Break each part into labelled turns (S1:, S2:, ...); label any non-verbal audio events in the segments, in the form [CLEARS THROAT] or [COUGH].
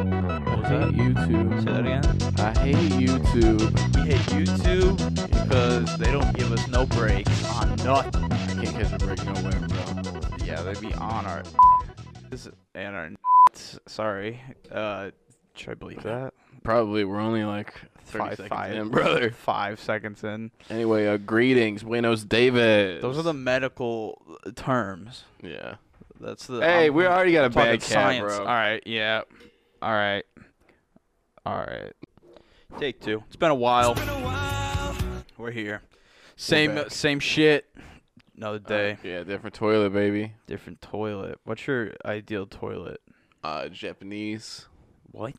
S1: I hate YouTube.
S2: Say that again.
S1: I hate YouTube.
S2: We hate YouTube because they don't give us no breaks on nothing.
S1: I can't catch a break nowhere, bro.
S2: Yeah, they be on our this and our sorry. Uh, should I believe that?
S1: Probably we're only like
S2: Five-
S1: five,
S2: five.
S1: seconds in, brother.
S2: [LAUGHS] Five seconds in.
S1: Anyway, uh, greetings, Buenos Davis.
S2: Those are the medical uh, terms.
S1: yeah.
S2: That's the.
S1: Hey,
S2: I'm-
S1: we already got a
S2: talking
S1: bad cat,
S2: science.
S1: bro.
S2: All right, yeah. All right. All right. Take two. It's been a while. We're here. Same
S1: back.
S2: same shit. Another day.
S1: Uh, Yeah, different toilet, baby.
S2: Different toilet. What's your ideal toilet?
S1: Uh, Japanese. [LAUGHS]
S2: What?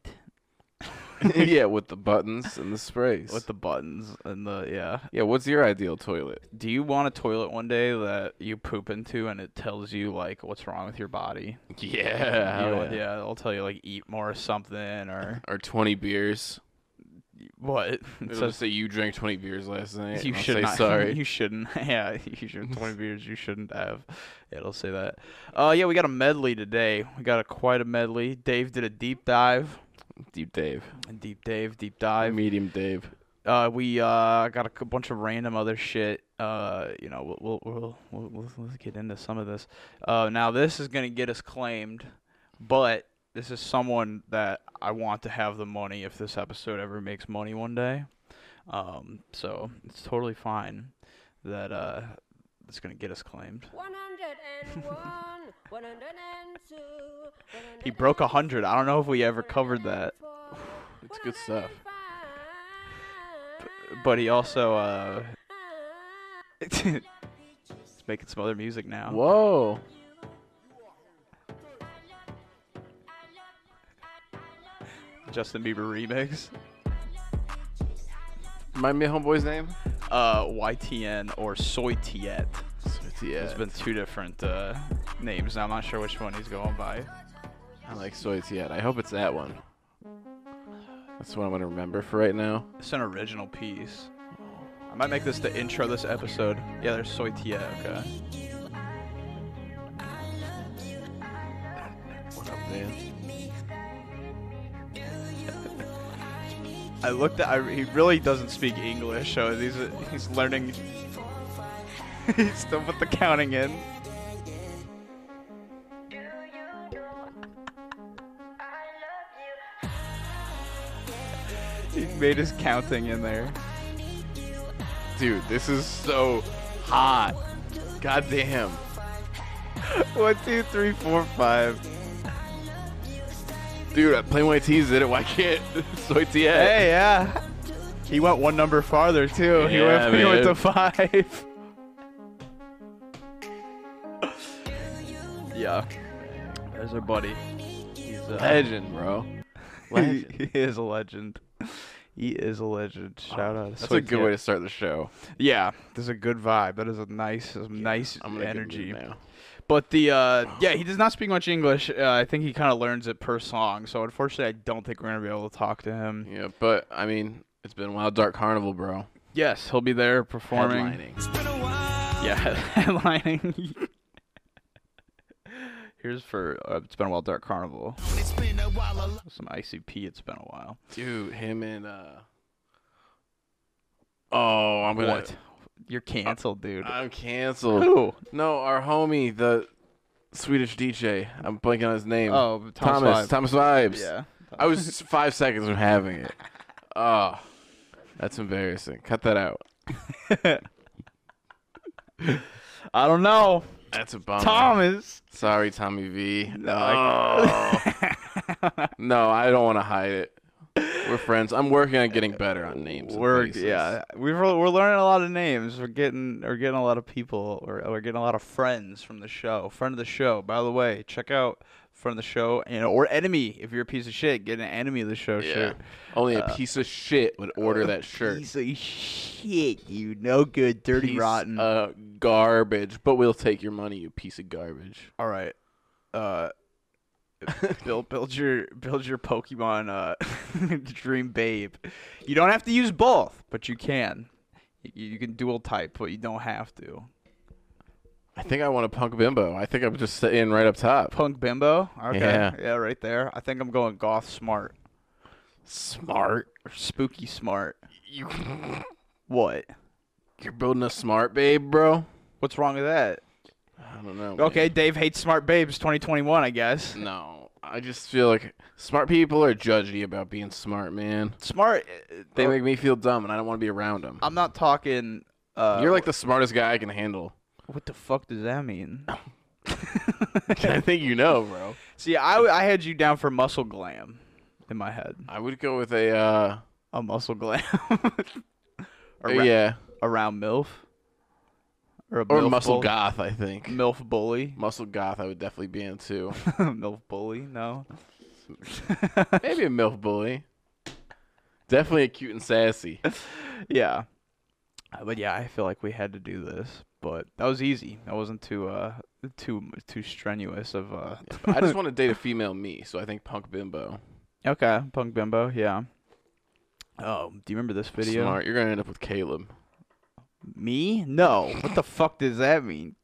S1: yeah, with the buttons and the sprays.
S2: With the buttons and the yeah.
S1: yeah, what's your ideal toilet? [LAUGHS]
S2: Do you want a toilet one day that you poop into and it tells you like what's wrong with your body?
S1: Yeah,
S2: You
S1: Uh, hell
S2: know, yeah, it'll tell you like eat more or something
S1: [LAUGHS]
S2: or
S1: Or 20 beers.
S2: what. It
S1: [LAUGHS] It'll
S2: says-
S1: just say you drank 20 beers last night.
S2: you
S1: and I'll
S2: should
S1: say
S2: not. [LAUGHS]
S1: sorry.
S2: You shouldn't. Yeah,
S1: [LAUGHS]
S2: you should. Twenty beers. You shouldn't have. It'll say that. Uh, yeah, we got a medley today. We got a quite a medley. Dave did a deep dive.
S1: Deep Dave.
S2: Deep Dave, deep dive.
S1: Medium Dave.
S2: Uh, we uh got a c- bunch of random other shit. Uh, you know, we'll we'll we'll, we'll, we'll let's get into some of this. Uh, now this is gonna get us claimed, but this is someone that I want to have the money if this episode ever makes money one day. Um, so it's totally fine that uh it's gonna get us claimed.
S3: 101, 102,
S2: He broke a hundred. I don't know if we ever covered that,
S1: It's good stuff.
S2: but he also uh [LAUGHS] is making some other music now.
S1: Whoa.
S2: Justin Bieber remix.
S1: Remind me of Homeboy's name?
S2: uh, YTN or Soy Tiet.
S1: Yeah.
S2: There's been two different uh, names. I'm not sure which one he's going by.
S1: I like soy's yet. I hope it's that one. That's what I'm gonna remember for right now.
S2: It's an original piece. I might make this the intro this episode. Yeah, there's Soy Tiet. Okay.
S1: What up, man?
S2: I looked at. I, he really doesn't speak English, so these are, he's learning. [LAUGHS] he's still put the counting in. He made his counting in there.
S1: Dude, this is so hot. God damn.
S2: One, two, three, four, five.
S1: Dude, I Plain White Tees did it. Why can't [LAUGHS] Soy Tiet?
S2: Hey, yeah. He went one number farther too. he, went,
S1: Yeah,
S2: [LAUGHS] he went
S1: man. [LAUGHS]
S2: to five. yeah. There's our buddy. He's a
S1: Legend, bro.
S2: [LAUGHS] he,
S1: uh, [LAUGHS] Legend.
S2: he is a legend. He is a legend. Shout out.
S1: That's a good way to start the show.
S2: Yeah, there's a good vibe. That is a nice, a nice
S1: I'm gonna get
S2: energy.
S1: moving now.
S2: But the uh, yeah, he does not speak much English. Uh, I think he kind of learns it per song. So unfortunately, I don't think we're gonna be able to talk to him.
S1: Yeah, but I mean, it's been Wild Dark Carnival, bro.
S2: Yes, he'll be there performing.
S1: Headlining.
S2: Yeah, [LAUGHS] headlining. Here's for uh, It's Been a While Dark Carnival. Some ICP, It's Been a While.
S1: Dude, him and uh. Oh, I'm gonna.
S2: What? You're canceled, dude.
S1: I'm canceled.
S2: Who?
S1: No, our homie, the Swedish DJ. I'm blanking on his name.
S2: Oh,
S1: Thomas.
S2: Thomas.
S1: Thomas
S2: Thomas.
S1: Vibes.
S2: Yeah.
S1: I
S2: [LAUGHS]
S1: was five seconds from having it. Oh, that's embarrassing. Cut that out.
S2: I don't know.
S1: That's a bummer.
S2: Thomas.
S1: Sorry, Tommy V. No,
S2: [LAUGHS] I-
S1: no, I don't want to hide it. We're friends. I'm working on getting better on names. and
S2: We're
S1: faces.
S2: yeah, we've we're learning a lot of names. We're getting we're getting a lot of people. We're, we're getting a lot of friends from the show. Friend of the show, by the way, check out friend of the show and or enemy if you're a piece of shit. Get an enemy of the show
S1: Yeah.
S2: shirt.
S1: Only
S2: Uh,
S1: a piece of shit would order that shirt.
S2: Piece of shit, you no good, dirty
S1: Piece
S2: rotten.
S1: of garbage. But we'll take your money, you piece of garbage.
S2: All right, uh,
S1: [LAUGHS]
S2: build build your build your Pokemon uh, [LAUGHS] Dream Babe. You don't have to use both, but you can. You, you can dual type, but you don't have to.
S1: I think I want a punk bimbo. I think I'm just sitting right up top.
S2: Punk Bimbo. Okay.
S1: Yeah.
S2: Yeah. right there. I think I'm going goth smart.
S1: Smart.
S2: Or spooky smart.
S1: You, [LAUGHS]
S2: What?
S1: you're building a smart babe, bro.
S2: What's wrong with that?
S1: I don't know. man.
S2: Okay, Dave hates smart babes 2021, I guess.
S1: Mm. No, I just feel like smart people are judgy about being smart, man.
S2: Smart uh,
S1: They
S2: uh,
S1: make me feel dumb, and I don't want to be around them.
S2: I'm not talking uh
S1: You're like the smartest guy I can handle. [LAUGHS]
S2: what the fuck does that mean? [LAUGHS]
S1: I think you know, bro.
S2: See, I, w- I had you down for muscle glam in my head.
S1: I would go with a uh,
S2: A muscle glam. [LAUGHS]
S1: uh,
S2: Arou-
S1: yeah,
S2: Around MILF. Or, a
S1: or
S2: MILF
S1: muscle
S2: bull-
S1: goth. I think
S2: MILF bully. [LAUGHS]
S1: muscle goth. I would definitely be into
S2: MILF bully, no.
S1: maybe a milf bully. Definitely a cute and sassy.
S2: yeah. Uh, But yeah, I feel like we had to do this. But that was easy. That wasn't too uh too too strenuous of uh
S1: I just want to date a female me, so I think punk bimbo.
S2: Okay, Punk Bimbo, yeah. Oh, do you remember this video?
S1: Smart. You're gonna end up with Caleb.
S2: Me? No. What the fuck does that mean?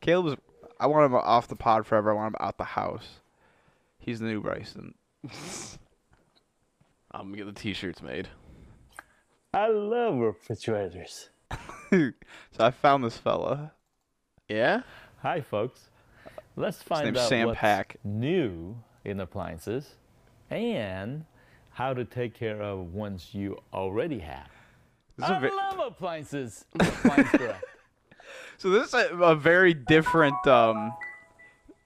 S2: Caleb's. I want him off the pod forever. I want him out the house. He's the new Bryson. [LAUGHS]
S1: I'm gonna get the t-shirts made.
S4: I love refrigerators.
S2: so I found this fella.
S1: Yeah.
S4: Hi, folks. Let's find
S2: name's
S4: out
S2: Sam
S4: what's
S2: Pack.
S4: new in appliances and how to take care of ones you already have.
S2: This is a
S4: I
S2: ve-
S4: love appliances.
S1: [LAUGHS]
S4: Appliance girl.
S2: so this is a, a very different, um,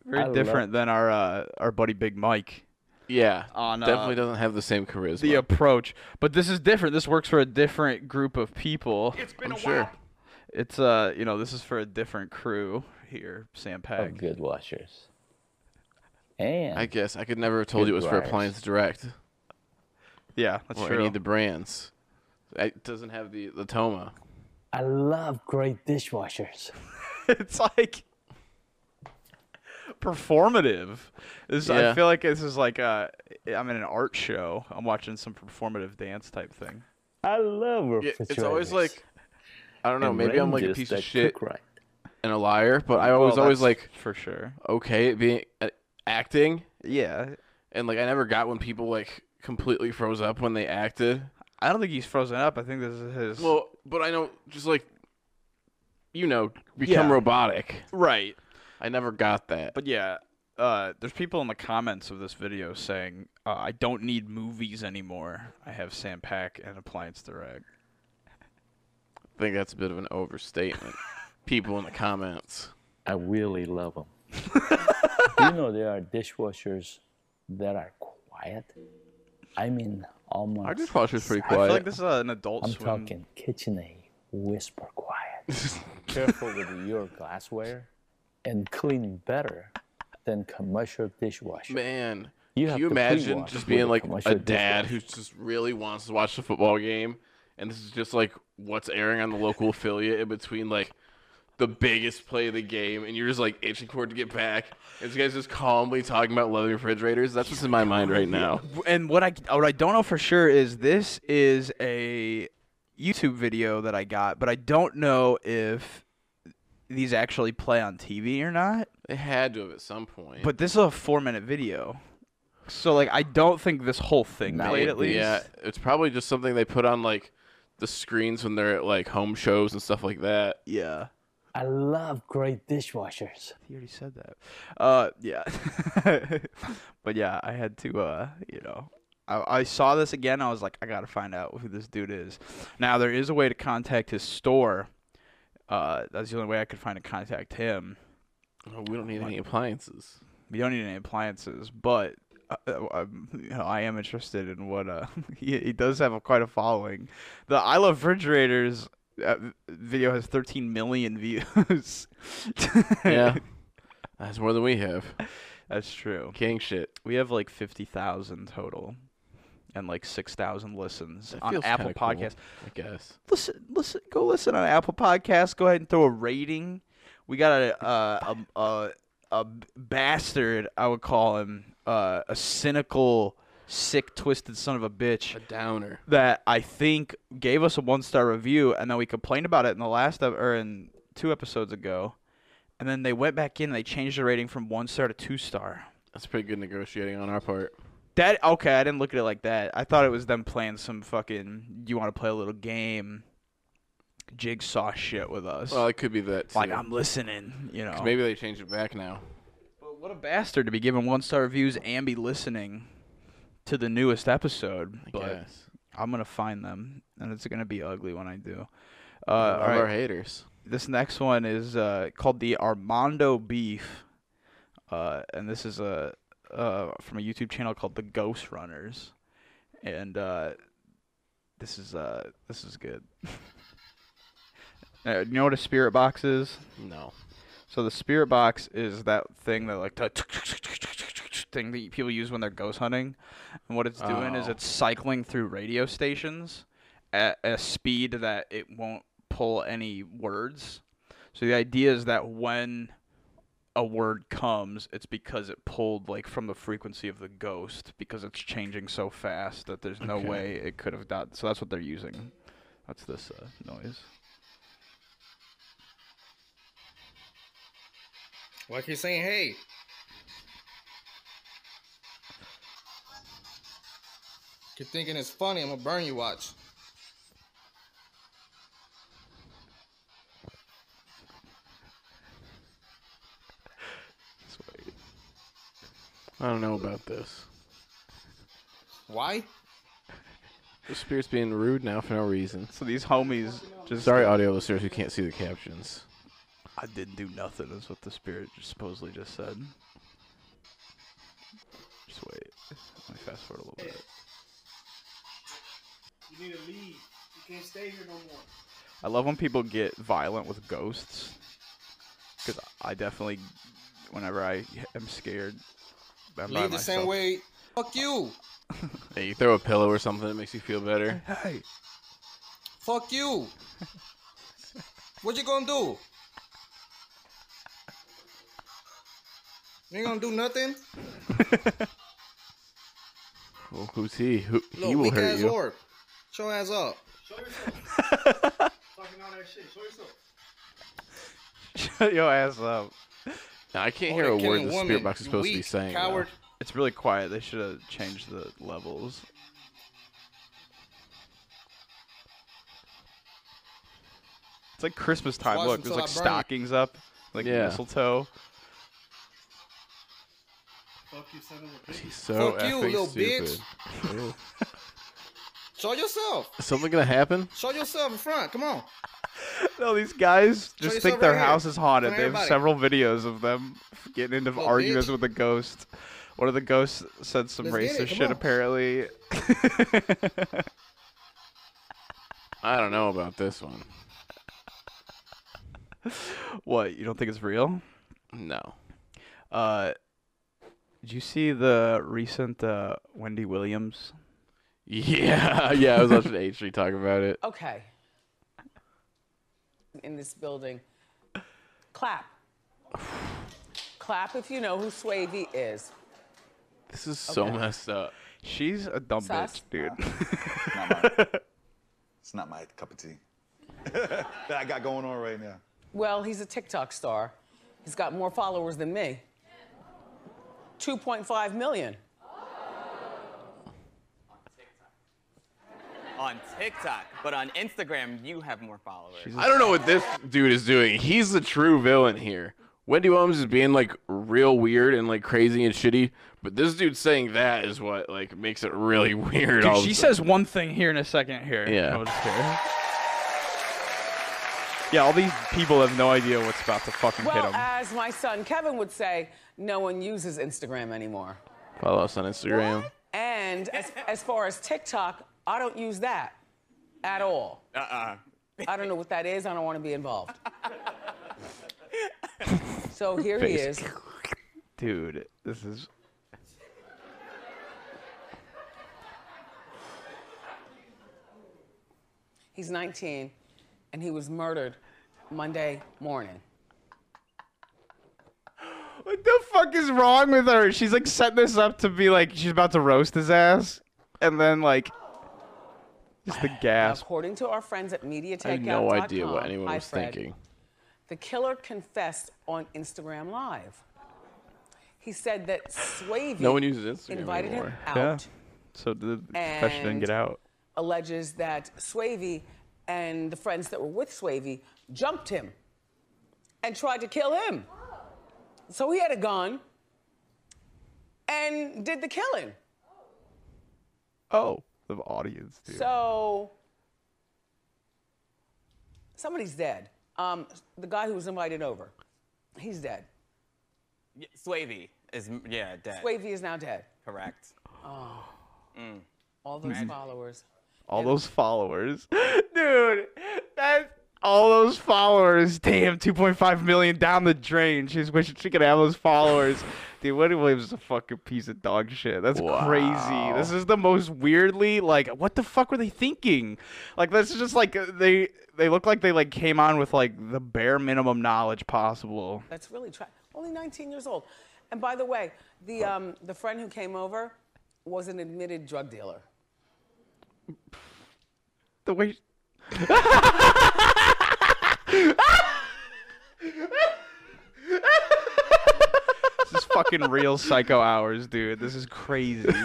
S2: very
S4: I love-
S2: different than our uh, our buddy Big Mike
S1: Yeah.
S2: on uh,
S1: Definitely doesn't have the same charisma.
S2: the approach. But this is different. This works for a different group of people. It's
S1: I'm sure.
S2: it's uh you know this is for a different crew here. Sam
S4: of
S2: Pack.
S4: Oh, good washers. And
S1: I guess I could never have told you it was for
S4: Goodwires.
S1: Appliance Direct
S2: Yeah, that's
S1: or
S2: true.
S1: any of the brands. It doesn't have the the Toma.
S4: I love great dishwashers.
S2: [LAUGHS] it's like performative. This, I
S1: Yeah.
S2: feel like this is like uh, I'm in an art show. I'm watching some performative dance type thing.
S4: I love
S1: Yeah,
S4: refrigerators.
S1: it's always like I don't know.
S4: And
S1: Maybe I'm like a
S4: ranges
S1: piece of
S4: that
S1: shit
S4: cook Right.
S1: and a liar, but I was
S2: Well,
S1: Oh, always
S2: Oh, that's
S1: like
S2: for sure.
S1: okay at being at acting,
S2: Yeah,
S1: and like I never got when people like completely froze up when they acted.
S2: I don't think he's frozen up. I think this is his.
S1: Well, but I know just like you know become
S2: Yeah.
S1: robotic.
S2: right,
S1: I never got that.
S2: but yeah. Uh, there's people in the comments of this video saying, uh, "I don't need movies anymore. I have Sam Pack and Appliance Direct."
S1: I think that's a bit of an overstatement.
S2: [LAUGHS]
S1: people in the comments.
S4: I really love [LAUGHS] them. you know, there are dishwashers that are quiet. I mean, almost.
S1: Our dishwasher's pretty
S2: I
S1: quiet.
S2: feel like this is uh, an adult
S4: I'm
S2: swim.
S4: talking KitchenAid, whisper quiet.
S2: [LAUGHS]
S4: Careful with your glassware and clean better than commercial dishwasher.
S1: Man,
S4: You
S1: can
S4: have
S1: you
S4: to pre-wash
S1: imagine
S4: with
S1: just being
S4: a
S1: like
S4: commercial
S1: a dad
S4: dishwasher.
S1: who just really wants to watch the football game, and this is just like what's airing on the
S4: [LAUGHS]
S1: local affiliate in between like the biggest play of the game, and you're just like itching for it to get back. And this guy's just calmly talking about loving refrigerators. That's what's in my mind right now.
S2: and what I what I don't know for sure is this is a YouTube video that I got, but I don't know if these actually play on TV or not.
S1: They had to have at some point.
S2: But this is a four minute video, so like I don't think this whole thing
S4: Now
S2: played
S4: it-
S2: at least.
S1: yeah, it's probably just something they put on like the screens when they're at like home shows and stuff like that.
S2: yeah.
S4: I love great dishwashers.
S2: He already said that. Uh, yeah. [LAUGHS] but yeah, I had to, uh, you know, I, I saw this again. I was like, I gotta find out who this dude is. Now there is a way to contact his store. Uh, that's the only way I could find to contact him.
S1: Oh, we don't need any
S4: [LAUGHS]
S1: appliances.
S2: We don't need any appliances, but uh, uh, I'm, you know, I am interested in what uh [LAUGHS] he, he does have a, quite a following. The I love refrigerators uh, video has 13 million views. [LAUGHS]
S1: Yeah, that's more than we have.
S2: that's true.
S1: King shit.
S2: We have like 50,000 total and like 6,000 listens
S1: That
S2: on
S1: feels
S2: Apple
S1: kinda cool.
S2: Podcasts.
S1: I guess.
S2: Listen, listen, go listen on Apple Podcasts. Go ahead and throw a rating. We got a uh, a, a a bastard, I would call him, uh, a cynical, sick, twisted son of a bitch
S1: A downer.
S2: that I think gave us a one star review, and then we complained about it in the last ep- or in two episodes ago, and then they went back in and they changed the rating from one star to two star.
S1: That's pretty good negotiating on our part.
S2: That okay, I didn't look at it like that. I thought it was them playing some fucking you want to play a little game jigsaw shit with us.
S1: Well, it could be that too.
S2: like I'm listening, you know.
S1: 'Cause Maybe they changed it back now.
S2: But what a bastard to be giving one star reviews and be listening to the newest episode.
S1: I
S2: but
S1: guess.
S2: I'm gonna find them, and it's gonna be ugly when I do. Uh,
S1: Love
S2: all
S1: our
S2: right,
S1: haters.
S2: this next one is uh, called the Armando Beef, uh, and this is a uh, from a YouTube channel called the Ghost Runners, and uh, this is uh, this is good. [LAUGHS] Uh, you know what a spirit box is?
S1: No.
S2: So the spirit box is that thing that like the thing that people use when they're ghost hunting, and what it's doing is
S1: Oh.
S2: it's cycling through radio stations at a speed that it won't pull any words. So the idea is that when a word comes, it's because it pulled like from the frequency of the ghost because it's changing so fast that there's no
S1: Okay.
S2: way it could have done. So that's what they're using. That's this uh, noise.
S5: Like he's saying, hey. You're thinking it's funny, I'm gonna burn you watch.
S2: That's what I-
S1: I don't know about this.
S5: Why?
S1: The spirit's being rude now for no reason.
S2: So these homies just
S1: Sorry, audio listeners who can't see the captions.
S2: I didn't do nothing is what the spirit just supposedly just said. Just wait. Let me fast forward a little bit.
S6: You need to leave. You can't stay here no more.
S2: I love when people get violent with ghosts. Because I definitely, whenever I am scared, I'm by
S5: Leave the same
S2: myself.
S5: way. Fuck you.
S1: Hey, you throw a pillow or something, it makes you feel better.
S2: Hey, [LAUGHS]
S5: Fuck you. what you gonna do? You ain't gonna do nothing?
S1: Well, who's he? Who, he
S5: Little
S1: will
S5: weak
S1: hurt
S5: ass
S1: you.
S5: orb. Show ass up.
S6: Show yourself. Talking all that shit. Show yourself.
S2: shut your ass up.
S1: Now, I can't
S5: Oh,
S1: hear
S5: they're
S1: a
S5: killing
S1: word the
S5: women,
S1: spirit box is
S5: you
S1: supposed to be
S5: weak
S1: saying. though.
S5: Coward.
S2: It's really quiet. They should have changed the levels. It's like Christmas time.
S5: watch
S2: Look,
S5: until
S2: there's like
S5: I burn you.
S2: stockings up, like
S1: Yeah.
S2: mistletoe.
S6: Fuck you, son of a bitch.
S1: He's so
S5: Fuck you,
S1: effing
S5: little
S1: stupid.
S5: bitch. Show yourself.
S1: [LAUGHS] Is something gonna happen?
S5: Show yourself in front. Come on.
S2: No, these guys just
S5: yourself
S2: think their
S5: right here.
S2: house is haunted.
S5: Come
S2: They
S5: here,
S2: have
S5: buddy.
S2: several videos of them getting into
S5: Little
S2: arguments
S5: bitch.
S2: with the ghost. One of the ghosts said some
S5: Let's get
S2: racist
S5: it, come
S2: shit
S5: on.
S2: apparently.
S1: I don't know about this one.
S2: what, you don't think it's real?
S1: No.
S2: Uh did you see the recent uh, Wendy Williams?
S1: Yeah, [LAUGHS] yeah. I was watching H three talk about it.
S7: Okay. In this building. Clap. Clap if you know who Swavey is.
S1: This is so
S7: Okay.
S1: messed up.
S2: She's a dumb
S7: Sus.
S2: bitch, dude.
S8: not mine. it's not my cup of tea. [LAUGHS] that I got going on right
S2: [LAUGHS]
S8: now.
S7: Well, he's a TikTok star. He's got more followers than me. 2.5 million.
S9: on TikTok, but on Instagram, you have more followers.
S1: I don't know what this dude is doing. He's the true villain here. Wendy Williams is being like real weird and like crazy and shitty, but this dude saying that is what like makes it really [LAUGHS] weird. all
S2: Dude,
S1: of a
S2: she
S1: sudden.
S2: says one thing here in a second here.
S1: Yeah.
S2: I was here. Yeah, all these people have no idea what's about to fucking hit
S7: Well,
S2: them.
S7: as my son Kevin would say, no one uses Instagram anymore.
S1: "Follow us on Instagram."
S7: And as, as far as TikTok, I don't use that at all. Uh-uh. I don't know what that is. I don't want to be involved. so here he
S1: Face.
S7: is.
S2: Dude, this is
S7: He's 19, and he was murdered Monday morning.
S2: What the fuck is wrong with her? She's like setting this up to be like she's about to roast his ass, and then like just the gas.
S7: According to our friends at
S1: I have
S7: MediaTakeOut.com,
S1: no idea what anyone
S7: hi,
S1: was
S7: Fred,
S1: thinking.
S7: The killer confessed on Instagram Live. He said that Swavey
S1: No one uses Instagram
S7: invited
S1: anymore.
S7: him out.
S2: Yeah. So the confession didn't get
S7: And-
S2: out.
S7: Alleges that Swavey and the friends that were with Swavey jumped him and tried to kill him. So he had a gun and did the killing.
S2: Oh, the audience, dude.
S7: So somebody's dead. Um, the guy who was invited over, he's dead.
S9: Y- Swavey is m- yeah dead.
S7: Swavey is now dead.
S9: Correct.
S7: All those followers.
S2: all those followers, [LAUGHS] dude. That's all those followers. Damn, 2.5 million down the drain. She's wishing she could have those followers. Dude, Wendy Williams is a fucking piece of dog shit. That's crazy. This is the most weirdly like, what the fuck were they thinking? Like, this is just like uh, they they look like they like came on with like the bare minimum knowledge possible.
S7: That's really tragic. Only 19 years old. And by the way, the um, the friend who came over was an admitted drug dealer.
S2: The way This is fucking real psycho hours, dude. This is crazy.
S1: [LAUGHS]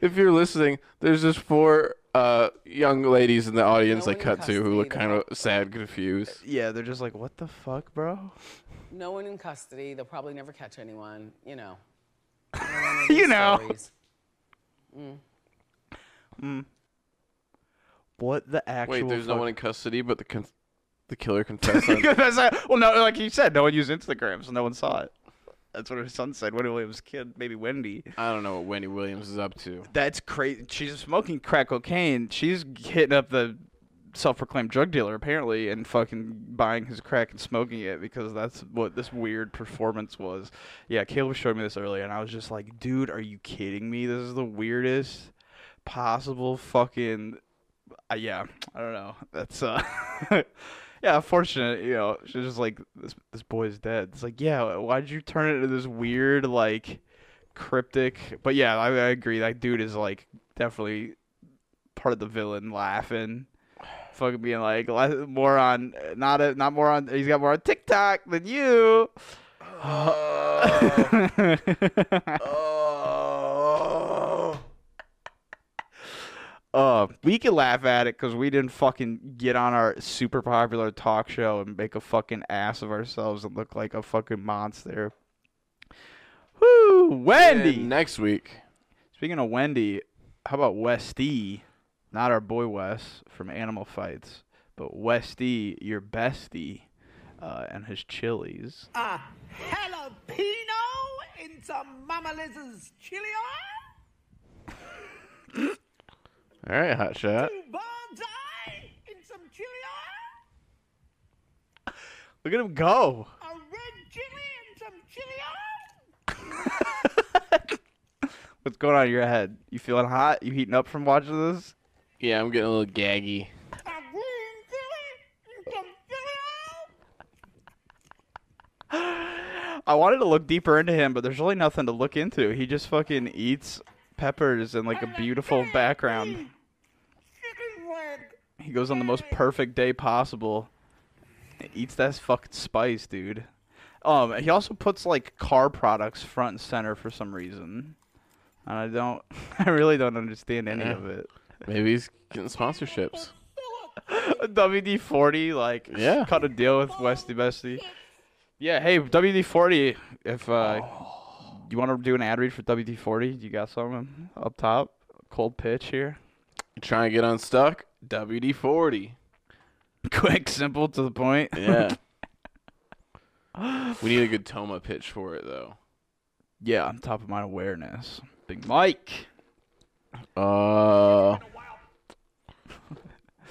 S1: If you're listening, there's just four uh, young ladies in the audience
S7: No
S1: I
S7: one
S1: cut to who look kind
S7: cussed
S1: of sad, confused.
S2: yeah, they're just like, what the fuck, bro?
S7: No one in custody. They'll probably never catch anyone. You know.
S2: [LAUGHS] You know.
S7: Stories.
S2: What the actual
S1: Wait, there's no
S2: fuck-
S1: one in custody, but the con- the killer [LAUGHS] confessed. on-
S2: [LAUGHS] That's not- well, no, like you said, no one used Instagram, so no one saw it. That's what her son said. Wendy Williams' kid, maybe Wendy.
S1: I don't know what Wendy Williams is up to.
S2: That's crazy. She's smoking crack cocaine. She's hitting up the self-proclaimed drug dealer apparently, and fucking buying his crack and smoking it because that's what this weird performance was. Yeah, Caleb showed me this earlier, and I was just like, "Dude, are you kidding me? This is the weirdest possible fucking." Uh, yeah, I don't know. That's uh, [LAUGHS] yeah, unfortunate. You know, she's just like, "This this boy's dead." It's like, yeah, why'd you turn it into this weird like? cryptic. But yeah, I, I agree. That dude is like definitely part of the villain, laughing, fucking being like "La- more on not a, not more on. He's got more on TikTok than you. Uh, we can laugh at it because we didn't fucking get on our super popular talk show and make a fucking ass of ourselves and look like a fucking monster. Woo, Wendy.
S1: And next week,
S2: Speaking of Wendy, how about Westy? Not our boy Wes from Animal Fights, but Westy, your bestie, uh, and his chilies.
S10: jalapeno in some Mama Liz's chili oil,
S1: all right, hot shot.
S10: bullseye in some chili oil,
S2: Look at him go.
S10: a red chili in some chili oil.
S2: [LAUGHS] What's going on in your head? You feeling hot? You heating up from watching this?
S1: Yeah, I'm getting a little gaggy.
S10: A green chili in some chili oil.
S2: I wanted to look deeper into him, but there's really nothing to look into. He just fucking eats peppers in like a beautiful background.
S10: Chicken leg.
S2: He goes on the most perfect day possible. and Eats that fucking spice, dude. Um, he also puts like car products front and center for some reason, and I don't, [LAUGHS] I really don't understand any of it. [LAUGHS]
S1: Maybe he's getting sponsorships.
S2: WD forty, like,
S1: Yeah.
S2: cut a deal with Westy Bestie. Yeah, hey WD forty, if uh, you want to do an ad read for WD forty, you got something up top, cold pitch here. [LAUGHS]
S1: Trying to get unstuck? WD 40.
S2: Quick, simple, to the point.
S1: Yeah. [LAUGHS] we need a good Toma pitch for it, though.
S2: yeah, on top of my awareness, Big Mike.
S1: Uh,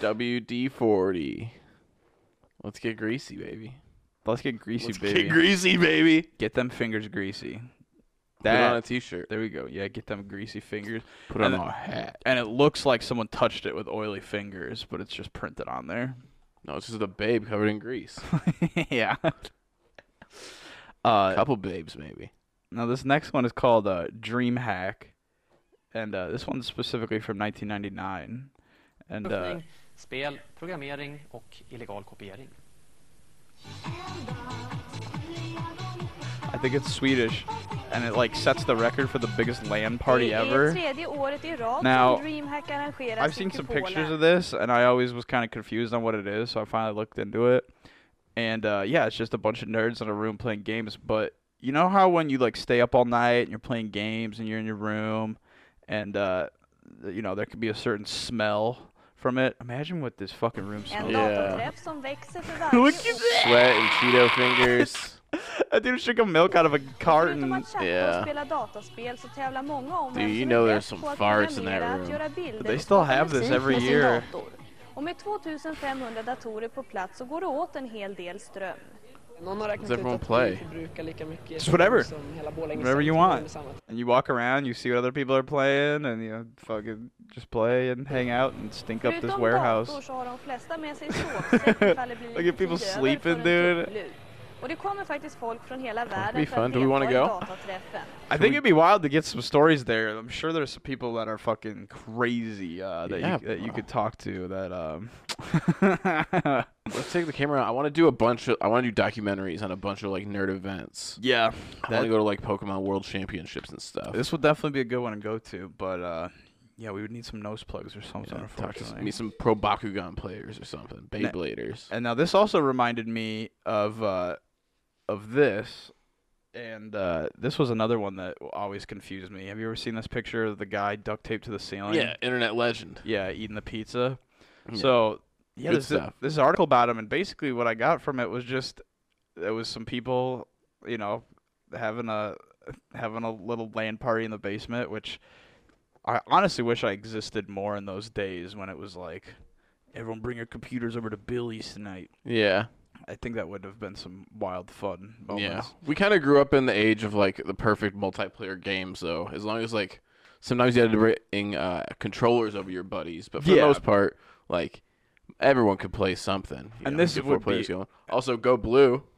S1: WD 40. Let's get greasy, baby.
S2: Let's get greasy,
S1: Let's
S2: baby.
S1: get greasy, baby.
S2: get them fingers greasy.
S1: Put it on a
S2: That.
S1: t shirt.
S2: There we go. Yeah, get them greasy fingers.
S1: Put it on
S2: and
S1: a hat.
S2: And it looks like someone touched it with oily fingers, but it's just printed on there. [LAUGHS]
S1: No, it's just a babe covered in [LAUGHS] grease.
S2: yeah. Uh,
S1: couple babes, maybe.
S2: now this next one is called uh, Dream Hack, and uh, this one's specifically from 1999. And uh,
S10: Spel, programmering och illegal kopiering.
S2: I think it's Swedish. and it like sets the record for the biggest land party
S11: Det är
S2: ever.
S11: tredje året i rad
S2: Now,
S11: som DreamHack arrangerar
S2: I've seen
S11: sin
S2: some
S11: kupona.
S2: pictures of this, and I always was kind of confused on what it is, so I finally looked into it. And uh, yeah, it's just a bunch of nerds in a room playing games. But you know how when you like stay up all night and you're playing games and you're in your room, and uh, you know there could be a certain smell from it. Imagine what this fucking room
S11: En
S2: smells.
S11: datorträff som växer för varje
S2: Look
S11: år.
S2: at that. Sweat and Cheeto fingers. That dude shook [LAUGHS] a milk out of a carton.
S11: Yeah. Spela dataspel så tävlar många om
S2: Dude,
S11: vem
S2: you
S11: som är
S2: know there's
S11: bäst
S2: some
S11: på att
S2: farts in that
S11: programmera, att
S2: room.
S11: göra
S2: But they
S11: bilder och
S2: still
S11: skapa
S2: have this
S11: musik
S2: every
S11: med sin
S2: year.
S11: dator. Och med 2500 datorer på plats så går det åt en hel del ström.
S12: Någon har räknat
S2: Does
S12: ut
S2: everyone
S12: att
S2: play?
S12: vi förbrukar lika mycket
S2: Just whatever.
S12: som hela Borlänge
S2: Whatever you
S12: centrum
S2: want.
S12: under samma tid.
S2: And you walk around, you see what other people are playing, and you know, fucking just play and hang out and stink up this
S11: Förutom dator
S2: warehouse.
S11: så har de flesta med
S2: [LAUGHS]
S11: sig sovsäck ifall det blir
S2: Look
S11: lite
S2: at people
S11: tid över
S2: sleeping,
S11: för en
S2: dude.
S11: tupplur. Och det kommer faktiskt folk från hela
S2: be
S11: världen för
S2: fun.
S11: att
S2: Do we wanna
S11: delta i
S2: go?
S11: dataträffen.
S2: I think it'd be wild to get some stories there. I'm sure there's some people that are fucking crazy uh, that,
S1: Yeah,
S2: you, that you could talk to. That um,
S1: [LAUGHS] Let's take the camera. out. I want to do a bunch of. I want to do documentaries on a bunch of like nerd events.
S2: [LAUGHS]
S1: I
S2: Yeah,
S1: want
S2: that-
S1: to go to like Pokemon World Championships and stuff.
S2: this would definitely be a good one to go to. But uh, yeah, we would need some nose plugs or something.
S1: Talk to
S2: unfortunately.
S1: me some pro Bakugan players or something.
S2: Na-
S1: Beybladers.
S2: And now this also reminded me of uh, of this, and uh, this was another one that always confused me. Have you ever seen this picture of the guy duct taped to the ceiling?
S1: Yeah, internet legend.
S2: Yeah, eating the pizza.
S1: Yeah.
S2: So yeah,
S1: Good
S2: this
S1: stuff.
S2: this is an article about him, and basically what I got from it was just it was some people, you know, having a having a little land party in the basement, which I honestly wish I existed more in those days when it was like everyone bring your computers over to Billy's tonight.
S1: Yeah.
S2: I think that would have been some wild fun
S1: Yeah,
S2: moments.
S1: we kind of grew up in the age of like the perfect multiplayer games, though. As long as like sometimes you had to bring uh, controllers over your buddies, but for the
S2: Yeah.
S1: most part, like everyone could play something. you
S2: And
S1: know,
S2: this
S1: get
S2: would
S1: four players
S2: be-
S1: going. Also, go blue.
S2: [LAUGHS]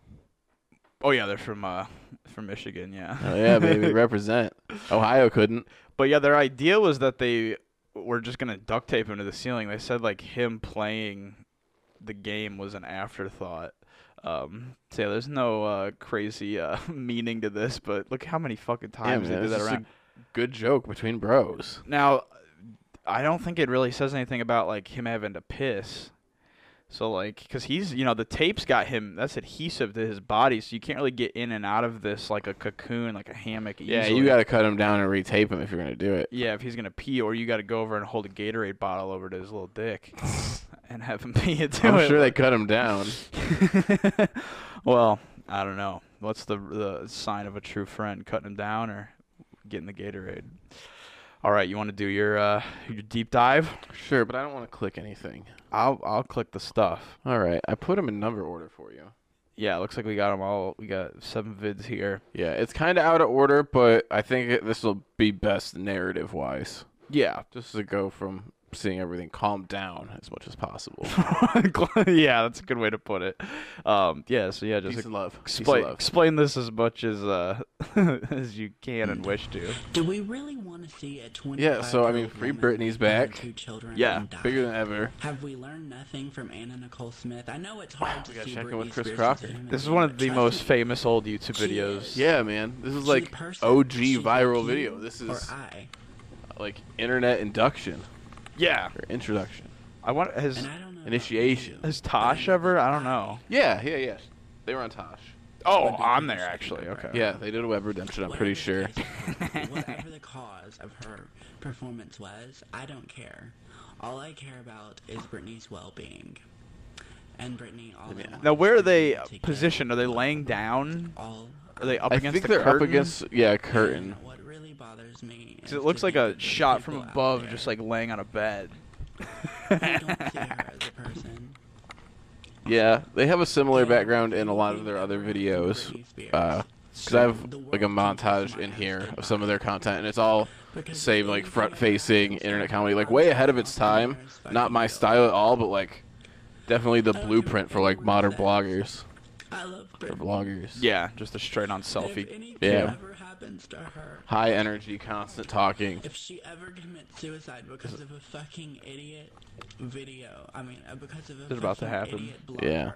S2: Oh yeah, they're from uh from Michigan, yeah.
S1: Oh, yeah, baby,
S2: [LAUGHS]
S1: represent. Ohio couldn't.
S2: But yeah, their idea was that they were just gonna duct tape him to the ceiling. They said like him playing the game was an afterthought. Um, so yeah, there's no uh, crazy uh, [LAUGHS] meaning to this, but look how many fucking
S1: man,
S2: times they do
S1: this
S2: that
S1: is a
S2: around.
S1: good joke between bros.
S2: Now, I don't think it really says anything about like him having to piss. So like, cause he's you know the tape's got him. That's adhesive to his body, so you can't really get in and out of this like a cocoon, like a hammock.
S1: Yeah,
S2: easily.
S1: you got to cut him down and retape him if you're gonna do it.
S2: Yeah, if he's gonna pee, or you got to go over and hold a Gatorade bottle over to his little dick [LAUGHS] and have him [LAUGHS] pee into
S1: I'm
S2: it.
S1: sure they cut him down.
S2: [LAUGHS] well, I don't know. What's the the sign of a true friend? Cutting him down or getting the Gatorade? All right, you want to do your uh, your deep dive?
S1: Sure, but I don't want to click anything.
S2: I'll I'll click the stuff.
S1: All right, I put them in number order for you.
S2: Yeah, looks like we got them all. We got seven vids [LAUGHS] here.
S1: Yeah, it's kind of out of order, but I think it- this will be best narrative wise.
S2: Yeah.
S1: Just to go from seeing everything calm down as much as [LAUGHS] possible.
S2: [LAUGHS] yeah, that's a good way to put it. Um, yeah, so yeah, just
S1: Peace and love. Peace and
S2: Explain
S1: love.
S2: explain this as much as uh, [LAUGHS] as you can [CLEARS THROAT] and wish to.
S13: Do we really want to see a 25
S1: yeah, so I mean, free Britney's back.
S13: Two children
S1: Yeah,
S13: and die?
S1: bigger than ever.
S13: Have we learned nothing from Anna Nicole Smith? I know it's hard to
S1: We gotta
S13: see
S1: check in
S13: Britney
S1: with Chris
S13: Spears
S1: Crocker.
S13: as a human
S2: This is
S13: being,
S2: one of
S13: but
S2: the
S13: trust
S2: most
S13: me,
S2: famous old YouTube videos.
S1: Yeah, man, this is
S13: she a
S1: like
S13: person,
S1: OG
S13: she's like
S1: viral
S13: you
S1: video. This
S13: or
S1: is
S13: I.
S1: like internet induction.
S2: Yeah.
S1: Or introduction.
S2: I want his
S1: initiation.
S2: Is Tosh ever? I don't know.
S1: Yeah, yeah, yeah. They were on Tosh.
S2: Oh, I'm there actually. Okay.
S1: Yeah, they did a web redemption. I'm pretty sure.
S2: [LAUGHS]
S13: Whatever the cause of her performance was, I don't care. All I care about is Britney's well-being. And Britney, all I want
S2: Now where are they positioned? Are they laying down? Are they up
S1: I
S2: against
S1: think
S2: the
S1: they're
S2: curtain?
S1: up against yeah, a curtain.
S2: 'Cause it looks like a shot from above, just like laying on a bed. [LAUGHS]
S1: Yeah, they have a similar background in a lot of their other videos.
S2: uh,
S1: Because I have like a montage in here of some of their content, and it's all same like front-facing internet comedy, like way ahead of its time. Not my style at all, but like definitely the blueprint for like modern bloggers. Or vloggers.
S2: Yeah, just a straight-on selfie.
S1: Yeah.
S13: ever happens to her.
S1: High energy, constant talking.
S13: If she ever commits suicide because of a fucking idiot video, I mean, uh, because of a
S2: It's about to
S13: fucking
S2: happen.
S13: idiot blog,
S1: Yeah.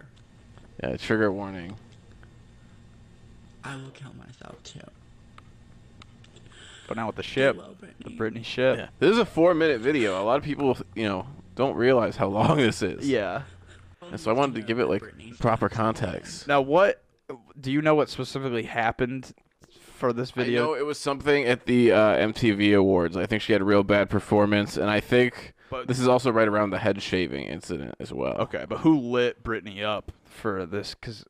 S1: Yeah. Trigger warning.
S13: I will kill myself too.
S2: But now with the ship, the Britney ship.
S1: This is a four minute video. A lot of people, you know, don't realize how long this is.
S2: Yeah.
S1: And so I wanted to give it like proper context.
S2: Now, what do you know? What specifically happened for this
S1: I
S2: video?
S1: know it was something at the uh, MTV Awards. I think she had a real bad performance, and I think
S2: But-
S1: this is also right around the head shaving incident as well.
S2: Okay, but who lit Britney up for this? Because